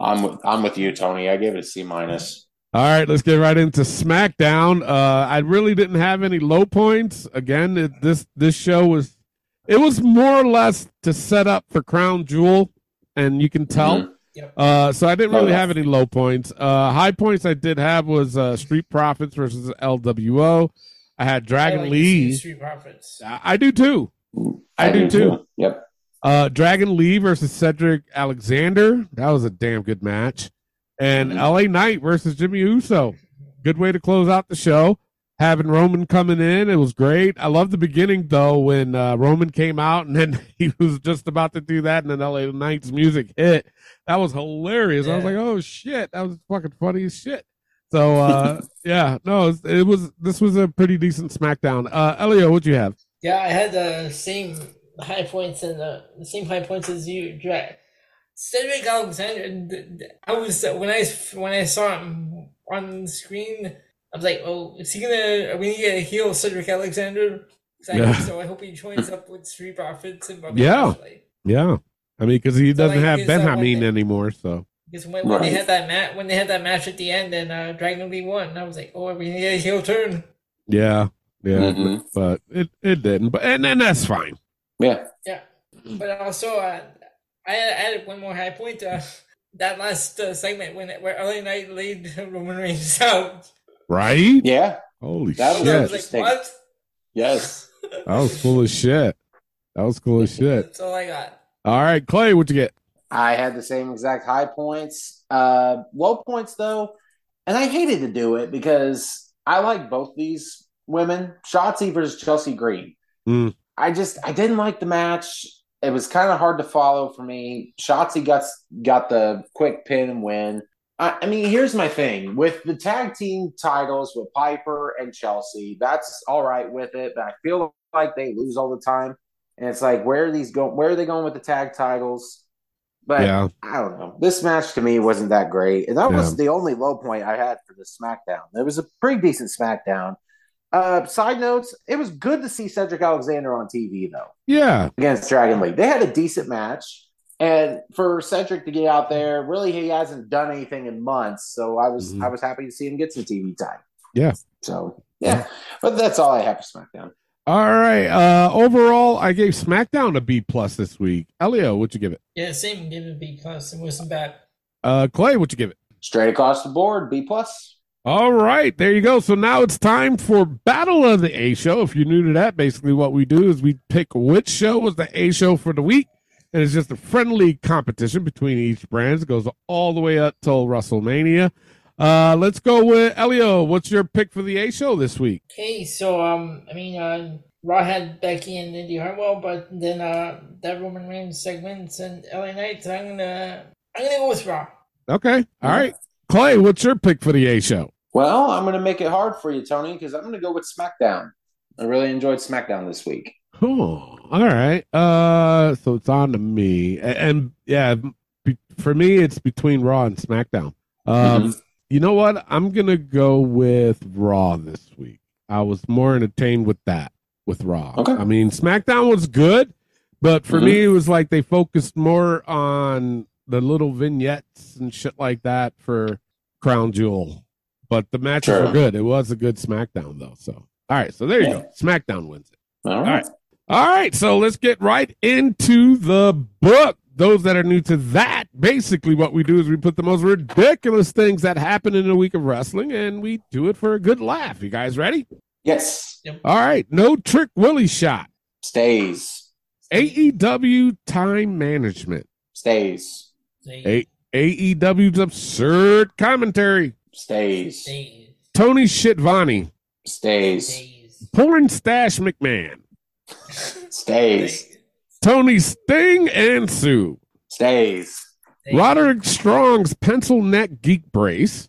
Speaker 4: I'm with, I'm with you, Tony. I gave it a C minus.
Speaker 3: All right, let's get right into SmackDown. Uh, I really didn't have any low points. Again, it, this this show was it was more or less to set up for Crown Jewel, and you can tell.
Speaker 4: Mhm.
Speaker 5: Yep.
Speaker 3: Uh, so I didn't
Speaker 4: Oh,
Speaker 3: really
Speaker 4: yeah.
Speaker 3: have any low points. Uh, high points I did have was uh, Street Profits versus LWO. I had Dragon
Speaker 5: Oh, I like
Speaker 3: Lee.
Speaker 5: Street Profits.
Speaker 3: I I do too. I do too.
Speaker 4: Yep.
Speaker 3: Uh, Dragon Lee versus Cedric Alexander. That was a damn good match. And
Speaker 4: Mhm.
Speaker 3: LA Knight versus Jimmy Uso. Good way to close out the show. Having Roman coming in, it was great. I love the beginning though when uh, Roman came out and then he was just about to do that, and then LA Knight's music hit. That was hilarious. I was
Speaker 5: Yeah.
Speaker 3: like, oh shit, that was fucking funny as shit. So uh, yeah, no, it was, it was this was a pretty decent SmackDown. Uh, Elio, what'd you have?
Speaker 5: Yeah, I had the same high points and the, the same high points as you, Dra Cedric Alexander. d- d- I was when I when I saw him on screen, I was like, "Oh, is he gonna? Are we gonna get a heel Cedric Alexander?" 'Cause I hope
Speaker 3: Yeah.
Speaker 5: So I hope he joins up with Street Profits and Bobby
Speaker 3: Yeah.
Speaker 5: Lashley.
Speaker 3: Yeah. I mean, because he doesn't
Speaker 5: like,
Speaker 3: have
Speaker 5: is
Speaker 3: Ben
Speaker 5: that what
Speaker 3: Hameen
Speaker 5: they-
Speaker 3: anymore, so
Speaker 5: Because when, when they
Speaker 4: Right.
Speaker 5: had that mat when they had that match at the end and uh, Dragon Lee won, I was like, "Oh, are we gonna get a heel turn?"
Speaker 3: yeah, yeah.
Speaker 4: Mhm.
Speaker 3: But it, it didn't. But and then that's fine.
Speaker 4: Yeah.
Speaker 5: Yeah,
Speaker 4: Mm.
Speaker 5: but also uh, I added one more high point. Uh, that last uh, segment when where LA Knight laid Roman Reigns out.
Speaker 3: Right?
Speaker 4: Yeah.
Speaker 3: Holy
Speaker 4: That
Speaker 3: shit.
Speaker 4: was-
Speaker 5: I
Speaker 3: That
Speaker 5: was
Speaker 3: was,
Speaker 4: Interesting.
Speaker 5: like, what?
Speaker 4: Yes.
Speaker 3: cool as shit. That was cool as shit.
Speaker 5: That's all I got.
Speaker 3: All right, Clay, what'd you get?
Speaker 4: I had the same exact high points. Uh, low points though, and I hated to do it because I like both these women. Shotzi versus Chelsea Green.
Speaker 3: Mm.
Speaker 4: I just I didn't like the match. It was kind of hard to follow for me. Shotzi got got the quick pin and win. I, I mean, here's my thing with the tag team titles with Piper and Chelsea. That's all right with it, but I feel like they lose all the time. And it's like, where are these going? Where are they going with the tag titles? But
Speaker 3: yeah.
Speaker 4: I don't know. This match to me wasn't that great, and that was the only low point I had for the SmackDown. It was a pretty decent SmackDown. Uh, side notes: It was good to see Cedric Alexander on TV though
Speaker 3: Yeah.
Speaker 4: against Dragon Lee. They had a decent match, and for Cedric to get out there, really he hasn't done anything in months. So I was
Speaker 3: Mhm.
Speaker 4: I was happy to see him get some TV time.
Speaker 3: Yeah.
Speaker 4: So yeah, but that's all I have for SmackDown.
Speaker 3: All right. Uh overall I gave SmackDown a B plus this week. Elio, what'd you give it?
Speaker 5: Yeah, same give it B plus. It wasn't bad.
Speaker 3: Uh Clay, what'd you give it?
Speaker 4: Straight across the board, B plus.
Speaker 3: All right, there you go. So now it's time for Battle of the A Show. If you're new to that, basically what we do is we pick which show was the A Show for the week, and it's just a friendly competition between each brand. It goes all the way up till WrestleMania. Uh, let's go with Elio. What's your pick for the A Show this week?
Speaker 5: Okay, so um, I mean, uh, Raw had Becky and Indy Hartwell, but then uh, that Roman Reigns segments and LA Knight. So I'm gonna I'm gonna go with Raw.
Speaker 3: Okay, all right, Clay. What's your pick for the A Show?
Speaker 4: Well, I'm going to make it hard for you, Tony, because I'm going to go with SmackDown. I really enjoyed SmackDown this week.
Speaker 3: Cool. All right. Uh, so it's on to me, A- and, yeah, be- for me, it's between Raw and SmackDown. Um,
Speaker 4: Mm-hmm.
Speaker 3: you know what? I'm gonna go with Raw this week. I was more entertained with that with Raw.
Speaker 4: Okay.
Speaker 3: I mean, SmackDown was good, but for
Speaker 4: Mhm.
Speaker 3: me, it was like they focused more on the little vignettes and shit like that for Crown Jewel. But the matches
Speaker 4: Sure.
Speaker 3: were good. It was a good SmackDown though. So all right, so there you
Speaker 4: Yeah.
Speaker 3: go. SmackDown wins it.
Speaker 4: All
Speaker 3: All
Speaker 4: right.
Speaker 3: right. All right, so let's get right into the book. Those that are new to that, basically what we do is we put the most ridiculous things that happen in a week of wrestling and we do it for a good laugh. You guys ready?
Speaker 4: Yes.
Speaker 3: All right, no trick Willie shot.
Speaker 4: Stays.
Speaker 3: AEW time management.
Speaker 4: Stays.
Speaker 5: Hey.
Speaker 3: A- AEW's absurd commentary.
Speaker 4: Stays.
Speaker 5: Days.
Speaker 3: Tony Shitvani.
Speaker 4: Stays.
Speaker 5: Days.
Speaker 3: Porn stash McMahon.
Speaker 4: Stays.
Speaker 3: Tony Sting and Sue.
Speaker 4: Stays.
Speaker 3: Roderick Strong's pencil neck geek brace.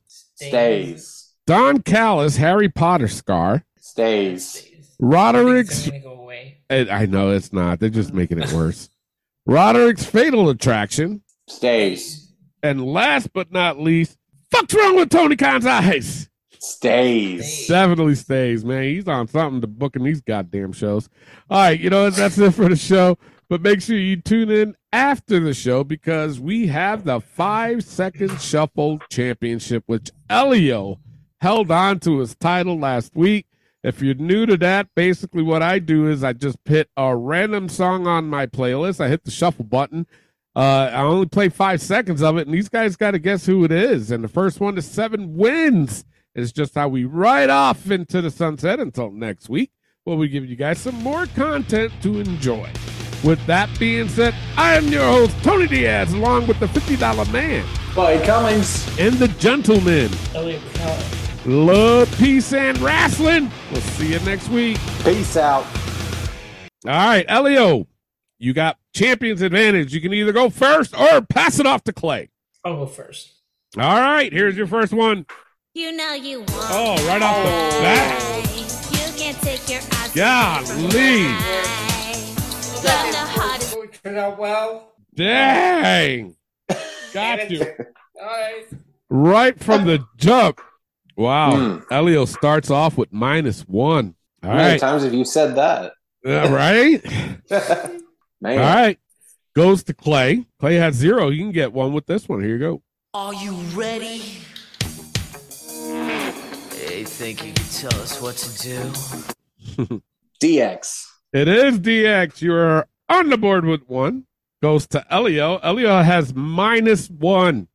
Speaker 4: Stays.
Speaker 3: Don Callis, Harry Potter scar.
Speaker 4: Stays.
Speaker 5: Roderick's.
Speaker 3: Roderick's,
Speaker 5: gonna go away.
Speaker 3: I I know it's not. They're just making it worse. Roderick's fatal attraction,
Speaker 4: Stays.
Speaker 3: and last but not least, fuck's wrong with Tony Khan's eyes?
Speaker 4: Stays.
Speaker 3: Definitely stays, man. He's on something to booking these goddamn shows. All right, you know what? That's it for the show. But make sure you tune in after the show because we have the five second shuffle championship, which Elio held on to his title last week. If you're new to that, basically what I do is I just hit a random song on my playlist. I hit the shuffle button. Uh, I only play five seconds of it, and these guys got to guess who it is. And the first one to seven wins is just how we ride off into the sunset until next week, where we give you guys some more content to enjoy. With that being said, I am your host, Tony Diaz, along with the $50 man
Speaker 4: Boy Cummings.
Speaker 3: and the gentleman. Love, peace, and wrestling. We'll see you next week.
Speaker 4: Peace out.
Speaker 3: All right, Elio, you got champion's advantage. You can either go first or pass it off to Clay.
Speaker 5: I'll go first.
Speaker 3: All right, here's your first one.
Speaker 9: You know you want
Speaker 3: Oh, right off the bat.
Speaker 9: You can take your eyes
Speaker 3: Golly.
Speaker 9: From the hardest
Speaker 5: We turned out well.
Speaker 3: Dang. Got you.
Speaker 5: All right.
Speaker 3: Right from the jump. Wow.
Speaker 4: Hmm.
Speaker 3: Elio starts off with minus one. All
Speaker 4: How many
Speaker 3: right.
Speaker 4: times have you said that?
Speaker 3: All right. All
Speaker 4: Man.
Speaker 3: right. Goes to Clay. Clay has zero. You can get one with this one. Here you go.
Speaker 10: Are you ready? They think you can tell us what to do.
Speaker 4: DX.
Speaker 3: It is DX. You're on the board with one. Goes to Elio. Elio has minus one.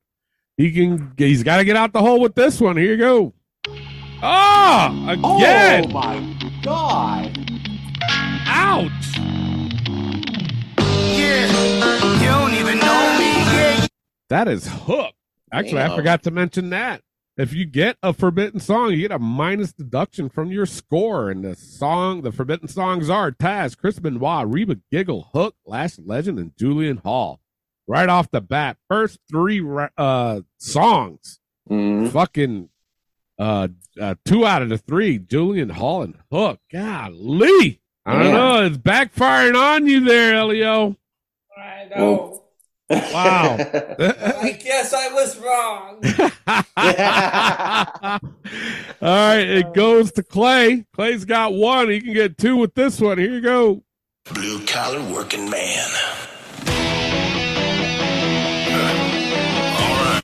Speaker 3: He can. He's got to get out the hole with this one. Here you go. Ah,
Speaker 4: Oh
Speaker 3: again.
Speaker 4: my god.
Speaker 3: Ouch.
Speaker 10: Yeah, you don't even know me. Yeah,
Speaker 3: That is hook. Actually, I forgot to mention that. If you get a forbidden song, you get a minus deduction from your score. And the song, the forbidden songs are Taz, Chris Benoit, Reba Giggle, Hook, Last Legend, and Julian Hall. Right off the bat, first three ra- uh, songs,
Speaker 4: Mm.
Speaker 3: fucking uh, uh, two out of the three, Julian Hall and Hook. Golly, I don't
Speaker 4: Yeah.
Speaker 3: know. It's backfiring on you there, E Elio.
Speaker 5: All right.
Speaker 4: Well-
Speaker 5: Oh.
Speaker 3: Wow.
Speaker 5: I guess I was wrong.
Speaker 3: All right, it goes to Clay. Clay's got one. He can get two with this one. Here you go.
Speaker 6: Blue collar working man.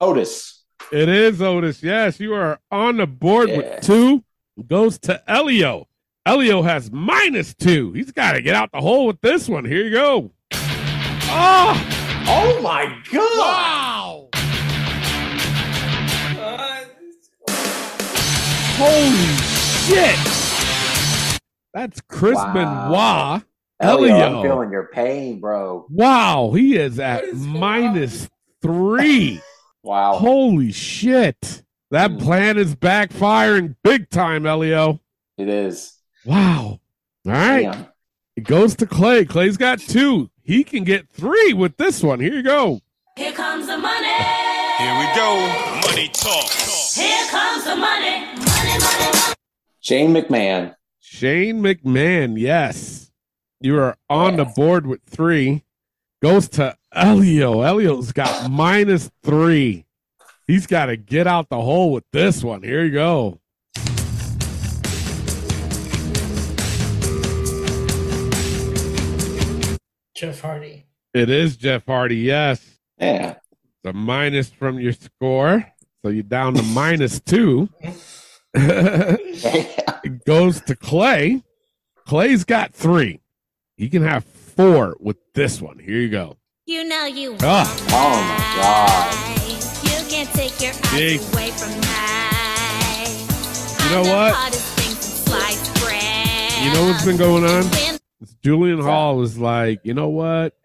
Speaker 4: Otis.
Speaker 3: It is Otis. Yes, you are on the board
Speaker 4: Yeah.
Speaker 3: with two. Goes to Elio. Elio has minus two. He's got to get out the hole with this one. Here you go. Oh,
Speaker 4: Oh my god.
Speaker 3: wow.
Speaker 5: Uh,
Speaker 3: Holy shit. That's Chris
Speaker 4: Wow.
Speaker 3: Benoit. Elio.
Speaker 4: I'm feeling your pain, bro.
Speaker 3: Wow, he is at
Speaker 5: is going
Speaker 3: minus three.
Speaker 4: Wow.
Speaker 3: Holy shit. That
Speaker 4: Mm.
Speaker 3: plan is backfiring big time, Elio.
Speaker 4: it is.
Speaker 3: Wow. All right.
Speaker 4: Damn.
Speaker 3: It goes to Clay. Clay's got two. He can get three with this one. Here you go.
Speaker 9: Here comes the money.
Speaker 6: Here we go. Money talk.
Speaker 9: Here comes the money. Money, money, money.
Speaker 4: Shane McMahon.
Speaker 3: Shane McMahon. Yes. You are on the board with three. Goes to E Elio. Elio's got minus three. He's got to get out the hole with this one. Here you go.
Speaker 5: Jeff Hardy.
Speaker 3: It is Jeff Hardy. Yes.
Speaker 4: Yeah.
Speaker 3: the minus from your score. So you're down to minus two. it goes to Clay. Clay's got three. He can have four with this one. Here you go.
Speaker 9: You know you want
Speaker 3: Ah,
Speaker 4: Oh my god.
Speaker 9: You can take your eyes
Speaker 3: Jeez.
Speaker 9: away from mine.
Speaker 3: You know
Speaker 9: I'm the
Speaker 3: what?
Speaker 9: hardest thing to slice bread.
Speaker 3: you know what's been going on?
Speaker 9: When
Speaker 3: Julian Hall was like, you know what?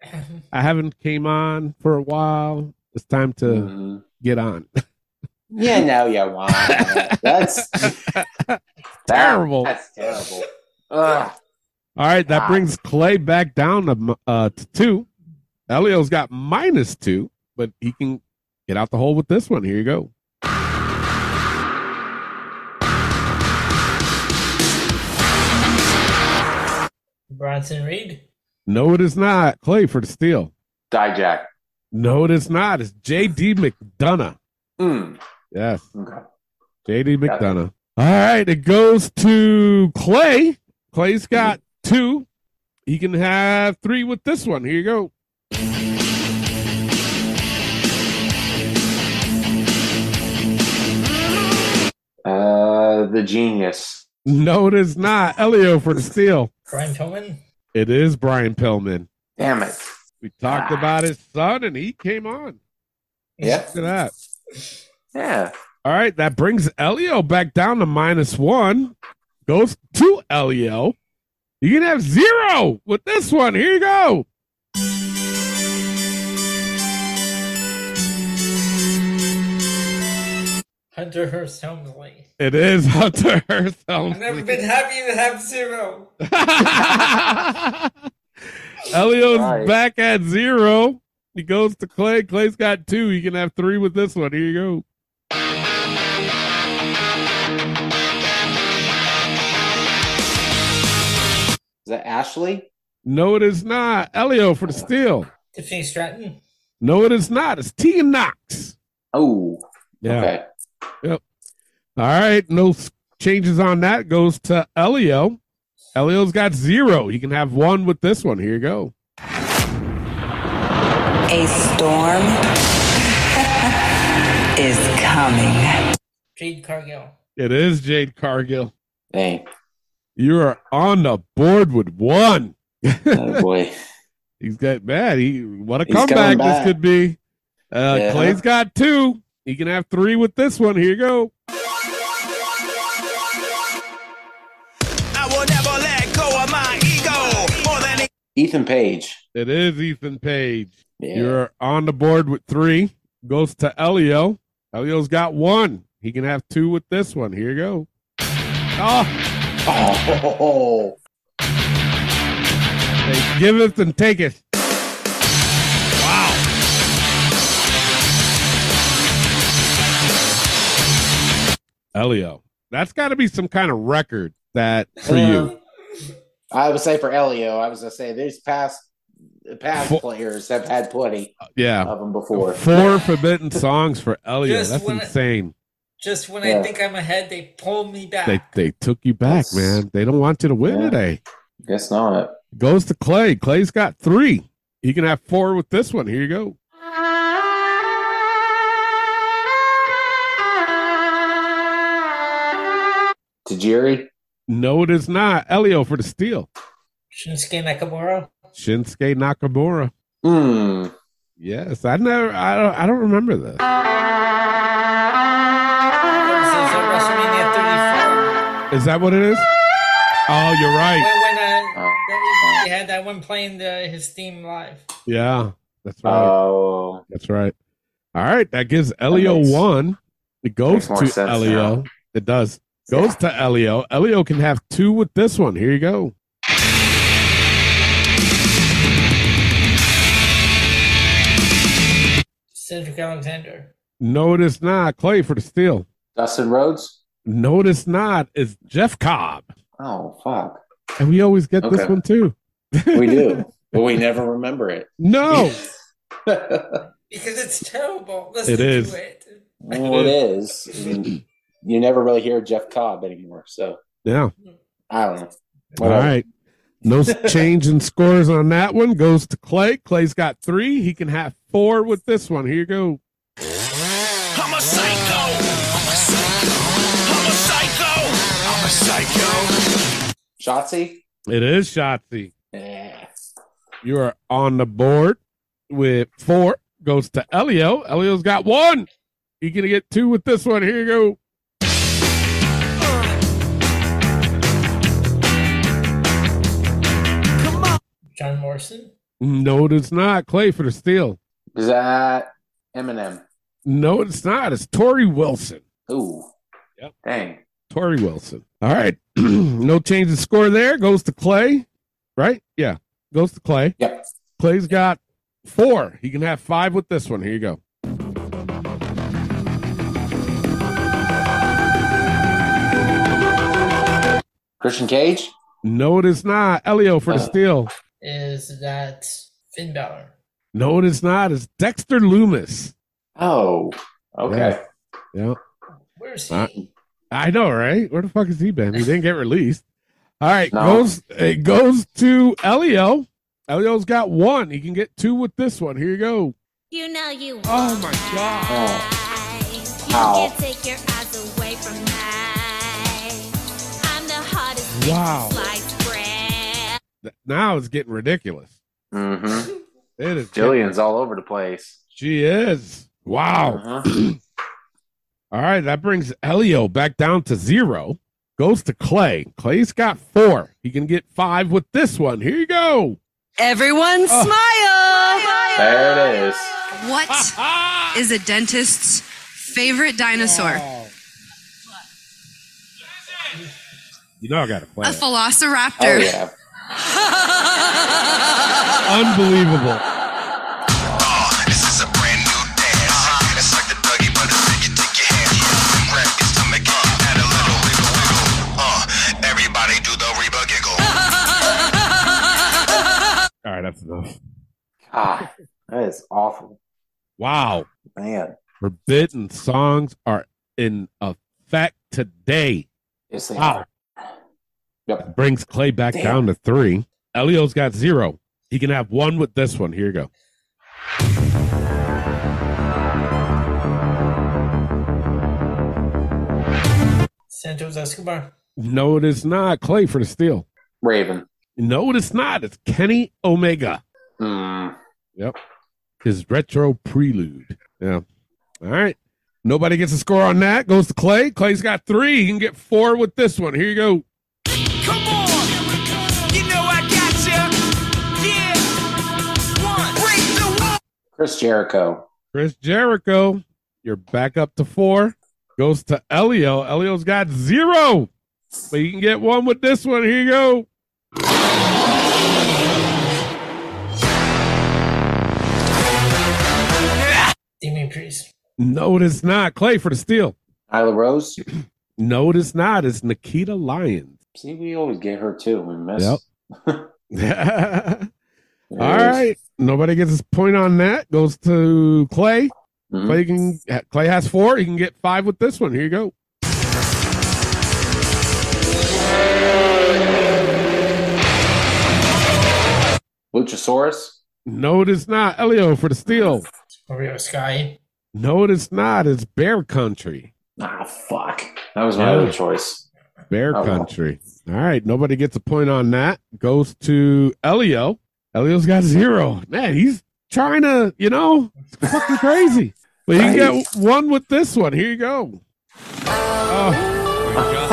Speaker 3: I haven't came on for a while. It's time to
Speaker 4: Mhm.
Speaker 3: get on.
Speaker 4: You know Mm-hmm. you want. it. That's
Speaker 3: Terrible.
Speaker 4: That's terrible. Ugh.
Speaker 3: All right, that
Speaker 4: Wow.
Speaker 3: brings Clay back down to, uh, to two. Elio's got minus two, but he can get out the hole with this one. Here you go.
Speaker 5: Bronson Reed.
Speaker 3: No, it is not. Clay for the steal.
Speaker 4: Dijak.
Speaker 3: No, it is not. It's J.D. McDonough.
Speaker 4: Mm.
Speaker 3: Yes.
Speaker 4: Okay.
Speaker 3: JD McDonough. All right, it goes to Clay. Clay's got two. He can have three with this one. Here you go.
Speaker 4: Uh, the genius.
Speaker 3: No, it is not. Elio for the steal.
Speaker 5: Brian Pillman?
Speaker 3: It is Brian Pillman.
Speaker 4: Damn it.
Speaker 3: We talked about his son, and he came on.
Speaker 4: Yep.
Speaker 3: Look at that.
Speaker 4: Yeah.
Speaker 3: All right, that brings Elio back down to minus one. Goes to Elio. You can have zero with this one. Here you go.
Speaker 5: Hunter Hearst Helmsley.
Speaker 3: It is Hunter Hearst
Speaker 5: I've never been
Speaker 3: Helmsley.
Speaker 5: happy to have zero.
Speaker 3: Elio's
Speaker 4: Nice.
Speaker 3: back at zero. He goes to Clay. Clay's got two. You can have three with this one. Here you go.
Speaker 4: Is that Ashley?
Speaker 3: No, it is not. Elio for the steal.
Speaker 5: Tiffany Stratton?
Speaker 3: No, it is not. It's Tegan Knox.
Speaker 4: Oh,
Speaker 3: Yeah.
Speaker 4: okay.
Speaker 3: All right, no s- changes on that. Goes to Elio. Elio's got zero. He can have one with this one. Here you go.
Speaker 11: A storm is coming.
Speaker 5: Jade Cargill.
Speaker 3: It is Jade Cargill.
Speaker 4: Dang.
Speaker 3: You are on the board with one.
Speaker 4: Oh, boy.
Speaker 3: He's got bad. He what a
Speaker 4: He's coming
Speaker 3: comeback this
Speaker 4: back.
Speaker 3: could be. Uh,
Speaker 4: Yeah.
Speaker 3: Clay's got two. He can have three with this one. Here you go.
Speaker 10: I will never let go of my ego. More than
Speaker 4: Ethan Page.
Speaker 3: It is Ethan Page.
Speaker 4: Yeah.
Speaker 3: You're on the board with three. Goes to Elio. Elio's got one. He can have two with this one. Here you go. Oh,
Speaker 4: Oh,
Speaker 3: they giveth and taketh. Wow. Elio. That's got to be some kind of record that for
Speaker 4: Uh,
Speaker 3: you.
Speaker 4: I would say for Elio, I was gonna say these past past
Speaker 3: Fo-
Speaker 4: players have had plenty
Speaker 3: Yeah.
Speaker 4: of them before.
Speaker 3: Four forbidden songs for Elio.
Speaker 5: Just
Speaker 3: That's
Speaker 5: when-
Speaker 3: insane.
Speaker 5: Just when I
Speaker 4: Yeah.
Speaker 5: think I'm ahead, they pull me
Speaker 3: They
Speaker 5: back.
Speaker 3: they took you back,
Speaker 4: That's-
Speaker 3: man. They don't want you to win
Speaker 4: Yeah.
Speaker 3: today.
Speaker 4: Guess not.
Speaker 3: Goes to Clay. Clay's got three. He can have four with this one. Here you go.
Speaker 4: To Jerry.
Speaker 3: No, it is not. Elio for the steal.
Speaker 5: Shinsuke Nakamura?
Speaker 3: Shinsuke Nakamura.
Speaker 4: Hmm.
Speaker 3: Yes, I never. I don't. I don't remember this.
Speaker 5: This is at WrestleMania 34.
Speaker 3: Is that what it is? Oh, you're right.
Speaker 5: When, when uh,
Speaker 4: Oh.
Speaker 5: that- they had that one playing the, his theme live.
Speaker 3: Yeah, that's right.
Speaker 4: Oh.
Speaker 3: that's right. All right, that gives Elio
Speaker 4: makes-
Speaker 3: one. It goes
Speaker 4: makes more
Speaker 3: to
Speaker 4: sense
Speaker 3: Elio.
Speaker 4: now.
Speaker 3: It does. Goes to Elio. Elio can have two with this one. Here you go.
Speaker 5: Cedric Alexander.
Speaker 3: No, it is not. Clay for the steal.
Speaker 4: Dustin Rhodes.
Speaker 3: No, it is not. It's Jeff Cobb.
Speaker 4: Oh fuck.
Speaker 3: And we always get this
Speaker 4: Okay.
Speaker 3: one too.
Speaker 4: We do, but we never remember it.
Speaker 3: No.
Speaker 4: well,
Speaker 5: Because it's terrible. Listen
Speaker 3: It is.
Speaker 5: to it.
Speaker 4: it is. And you never really hear Jeff Cobb anymore. So
Speaker 3: Yeah.
Speaker 4: I don't know.
Speaker 3: All
Speaker 4: Whatever.
Speaker 3: right. No s- change in scores on that one. Goes to Clay. Clay's got three. He can have four with this one. Here you go.
Speaker 10: I'm a psycho. I'm a psycho. I'm a psycho. I'm a psycho.
Speaker 4: Shotzi.
Speaker 3: It is Shotzi.
Speaker 4: Yeah.
Speaker 3: You are on the board with four. Goes to Elio. Elio's got one. He can get two with this one. Here you go.
Speaker 5: John Morrison.
Speaker 3: No, it's not. Clay for the steal.
Speaker 4: Is that Eminem?
Speaker 3: No, it's not. It's Tori Wilson.
Speaker 4: Ooh.
Speaker 3: Yep.
Speaker 4: Dang.
Speaker 3: Tori Wilson. All right. no change in score there. Goes to Clay, right? Yeah. Goes to Clay.
Speaker 4: Yep.
Speaker 3: Clay's got four. He can have five with this one. Here you go.
Speaker 4: Christian Cage.
Speaker 3: No, it is not. Elio for the steal.
Speaker 5: Is that Finn Balor?
Speaker 3: No, it is not. It's Dexter Loomis.
Speaker 4: Oh. Okay.
Speaker 3: Yeah.
Speaker 5: Where's he?
Speaker 3: Uh, I know, right? Where the fuck has he been? He didn't get released. All right,
Speaker 4: No.
Speaker 3: goes it goes to E Elio. Elio's got one. He can get two with this one. Here you go.
Speaker 9: You know you
Speaker 3: Oh my god.
Speaker 9: You
Speaker 3: Ow.
Speaker 9: can't take your eyes away from mine. I'm the hardest thing
Speaker 3: Wow.
Speaker 9: to slice bread.
Speaker 3: Th- Now it's getting ridiculous.
Speaker 4: Mm-hmm.
Speaker 3: It is
Speaker 4: Jillian's all over the place. Uh-huh.
Speaker 3: She is. Wow. All right, that brings Elio back down to zero. Goes to Clay. Clay's got four. He can get five with this one. Here you go.
Speaker 12: Everyone smile!
Speaker 4: There it is.
Speaker 3: Ah!
Speaker 12: What is a dentist's favorite dinosaur?
Speaker 3: You know I got to play.
Speaker 12: A
Speaker 3: it.
Speaker 4: Oh,
Speaker 12: velociraptor.
Speaker 3: Unbelievable.
Speaker 10: This is a brand new dance. It's like the Dougie, but it's like you take your hand. Uh, Grab your stomach, uh, add a little wiggle, wiggle. Uh, everybody do the Reba giggle.
Speaker 3: All right, that's enough.
Speaker 4: Ah, that is awful.
Speaker 3: Wow.
Speaker 4: Man.
Speaker 3: Forbidden songs are in effect today.
Speaker 4: Yes, they
Speaker 3: wow.
Speaker 4: Yep.
Speaker 3: Brings Clay back
Speaker 4: Damn.
Speaker 3: down to three. Elio's got zero. He can have one with this one. Here you go.
Speaker 5: Santos Escobar.
Speaker 3: No, it is not. Clay for the steal.
Speaker 4: Raven.
Speaker 3: No, it is not. It's Kenny Omega.
Speaker 4: Mm.
Speaker 3: Yep. His retro prelude. Yeah. All right. Nobody gets a score on that. Goes to Clay. Clay's got three. He can get four with this one. Here you go.
Speaker 10: Come on! You know I got ya! Yeah! One! Break the wall!
Speaker 4: Chris Jericho.
Speaker 3: Chris Jericho. You're back up to four. Goes to Elio. Elio's got zero. But you can get one with this one. Here you go.
Speaker 5: Damien Priest.
Speaker 3: No, it is not. Clay for the steal.
Speaker 4: Isla Rose.
Speaker 3: No, it is not. It's Nikita Lyons.
Speaker 4: See, we always get her too. We miss.
Speaker 3: Yep.
Speaker 4: There
Speaker 3: All
Speaker 4: it is.
Speaker 3: right. Nobody gets a point on that. Goes to Clay.
Speaker 4: Mhm.
Speaker 3: Clay can Clay has four. He can get five with this one. Here you go.
Speaker 4: Luchasaurus.
Speaker 3: No, it is not. Elio for the steal.
Speaker 5: Oreo Sky.
Speaker 3: No, it is not. It's Bear Country.
Speaker 4: Ah, fuck. That was my
Speaker 3: Yeah.
Speaker 4: other choice.
Speaker 3: Bear
Speaker 4: Oh, well.
Speaker 3: Country. All right. Nobody gets a point on that. Goes to Elio. Elio's got zero. Man, he's trying to, you know, it's fucking crazy. But you can
Speaker 10: Right.
Speaker 3: get one with this one. Here you go. Oh, my God.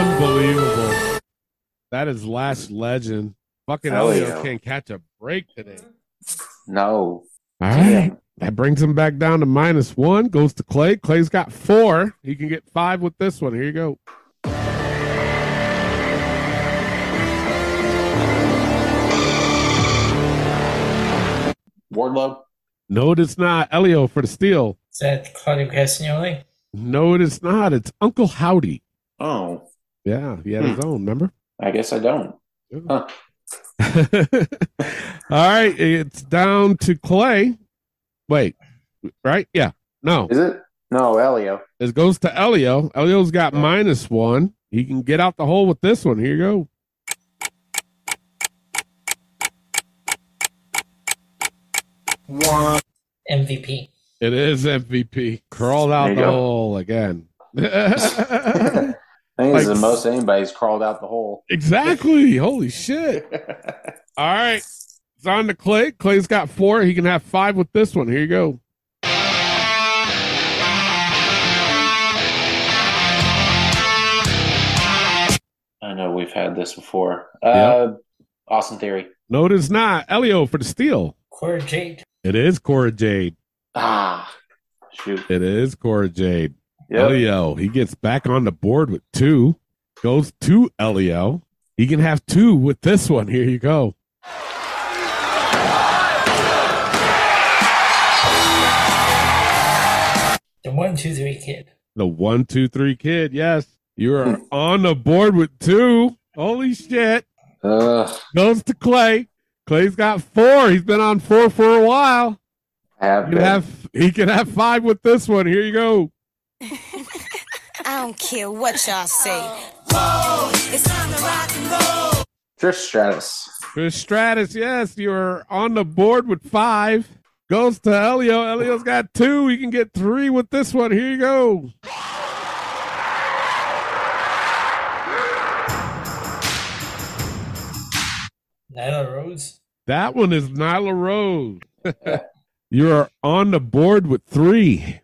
Speaker 3: Unbelievable. That is Last Legend. Fucking Elio,
Speaker 4: Elio.
Speaker 3: can't catch a break today.
Speaker 4: No.
Speaker 3: All right. That brings him back down to minus one. Goes to Clay. Clay's got four. He can get five with this one. Here you go.
Speaker 4: Wardlow.
Speaker 3: No, it is not. Elio for the steal.
Speaker 5: Is that Claudio Castagnoli?
Speaker 3: No, it is not. It's Uncle Howdy.
Speaker 4: Oh,
Speaker 3: Yeah, he had
Speaker 4: Hmm.
Speaker 3: his own, remember?
Speaker 4: I guess I don't. Huh.
Speaker 3: All right. It's down to Clay. Wait. Right? Yeah. No.
Speaker 4: Is it? No, Elio.
Speaker 3: It goes to Elio. Elio's got minus one. He can get out the hole with this one. Here you go.
Speaker 5: One. MVP.
Speaker 3: It is MVP. Crawled
Speaker 4: There
Speaker 3: out
Speaker 4: you
Speaker 3: the
Speaker 4: go.
Speaker 3: hole again.
Speaker 4: I think it's
Speaker 3: Like-
Speaker 4: the most anybody's crawled out the hole.
Speaker 3: exactly. Holy shit. All right. It's on to Clay. Clay's got four. He can have five with this one. Here you go.
Speaker 4: I know we've had this before. Uh, Austin Theory.
Speaker 3: No, it is not. Elio for the steal.
Speaker 5: Cora Jade.
Speaker 3: It is Cora Jade.
Speaker 4: Ah, shoot.
Speaker 3: It is Cora Jade.
Speaker 4: Yep.
Speaker 3: Elio. He gets back on the board with two. Goes to Elio. He can have two with this one. Here you go.
Speaker 5: The one, two, three kid.
Speaker 3: The one, two, three kid. Yes. You are on the board with two. Holy shit.
Speaker 4: Ugh.
Speaker 3: Goes to Clay. Clay's got four. He's been on four for a while.
Speaker 4: have
Speaker 3: You
Speaker 4: been.
Speaker 3: have he can have five with this one. Here you go.
Speaker 13: I don't care what y'all say. Whoa, it's time to rock and roll.
Speaker 4: Trish Stratus.
Speaker 3: Trish Stratus, yes, you're on the board with five. Goes to Elio. Elio's got two. He can get three with this one. Here you go.
Speaker 5: Nyla Rose.
Speaker 3: That one is Nyla Rose. You're on the board with three.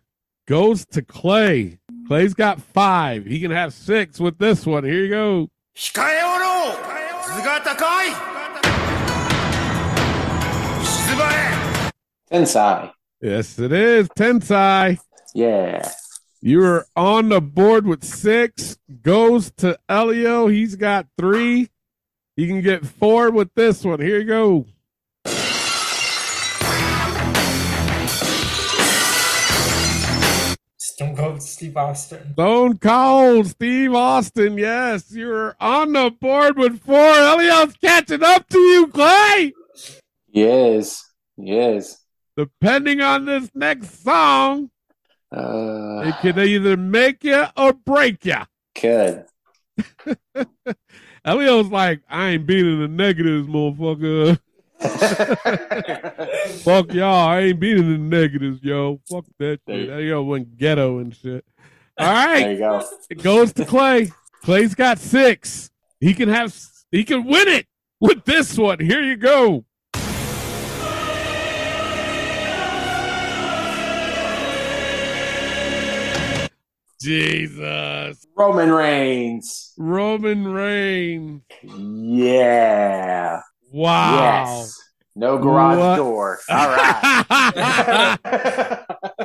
Speaker 3: Goes to Clay. Clay's got five. He can have six with this one. Here you go.
Speaker 6: 控えおろう姿かい静まれ
Speaker 4: Tensai.
Speaker 3: Yes, it is. Tensai.
Speaker 4: Yeah.
Speaker 3: You're on the board with six. Goes to Elio. He's got three. You can get four with this one. Here you go.
Speaker 5: Stone Cold Steve Austin.
Speaker 3: Stone Cold Steve Austin. Yes, you're on the board with four. Elio's catching up to you, Clay.
Speaker 4: Yes. Yes.
Speaker 3: Depending on this next song,
Speaker 4: Uh,
Speaker 3: it can either make you or break you.
Speaker 4: Good.
Speaker 3: Elio's like, I ain't beating the negatives, motherfucker. Fuck y'all. I ain't beating the negatives, yo. Fuck that shit. Elio went ghetto and shit. All right.
Speaker 4: There you go.
Speaker 3: It goes to Clay. Clay's got six. He can have he can win it with this one. Here you go. Jesus.
Speaker 4: Roman Reigns.
Speaker 3: Roman Reigns.
Speaker 4: Yeah.
Speaker 3: Wow.
Speaker 4: Yes. No garage
Speaker 3: What?
Speaker 4: door. All right.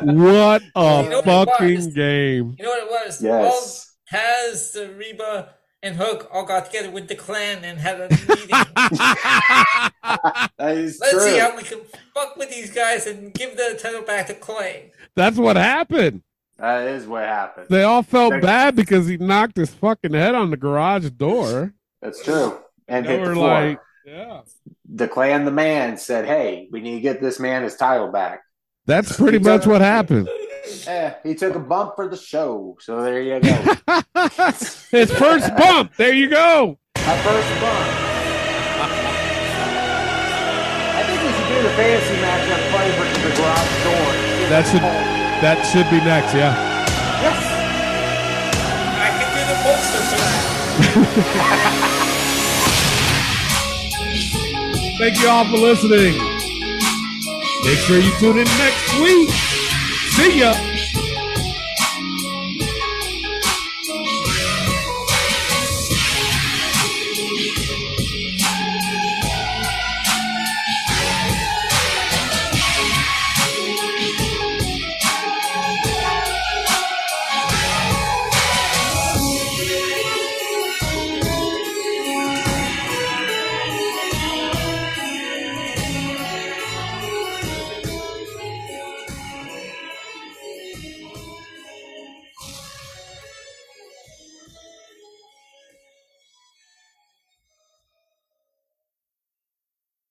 Speaker 3: What a
Speaker 5: You know what it
Speaker 3: fucking
Speaker 5: was?
Speaker 3: game.
Speaker 5: You know what it was?
Speaker 3: Yes.
Speaker 5: All Taz, uh, Reba, and Hook all got together with the clan and had a meeting.
Speaker 4: that is
Speaker 5: Let's see
Speaker 4: true.
Speaker 5: how we can fuck with these guys and give the title back to Clay.
Speaker 3: That's what happened.
Speaker 4: that is what happened.
Speaker 3: They all felt
Speaker 4: They-
Speaker 3: bad because he knocked his fucking head on the garage door.
Speaker 4: That's true. And
Speaker 3: They
Speaker 4: hit the
Speaker 3: were
Speaker 4: floor.
Speaker 3: like, yeah.
Speaker 4: the clan, the man said, "Hey, we need to get this man his title back."
Speaker 3: That's pretty
Speaker 4: He took-
Speaker 3: much what happened.
Speaker 4: Eh, he took a bump for the show, so there you go.
Speaker 3: His first bump. There you go.
Speaker 4: My first bump. I think we should do the fantasy match on Clay versus the garage door.
Speaker 3: That should that should be next, yeah.
Speaker 4: Yes.
Speaker 5: I can do the poster for that.
Speaker 3: Thank you all for listening. Make sure you tune in next week. See ya.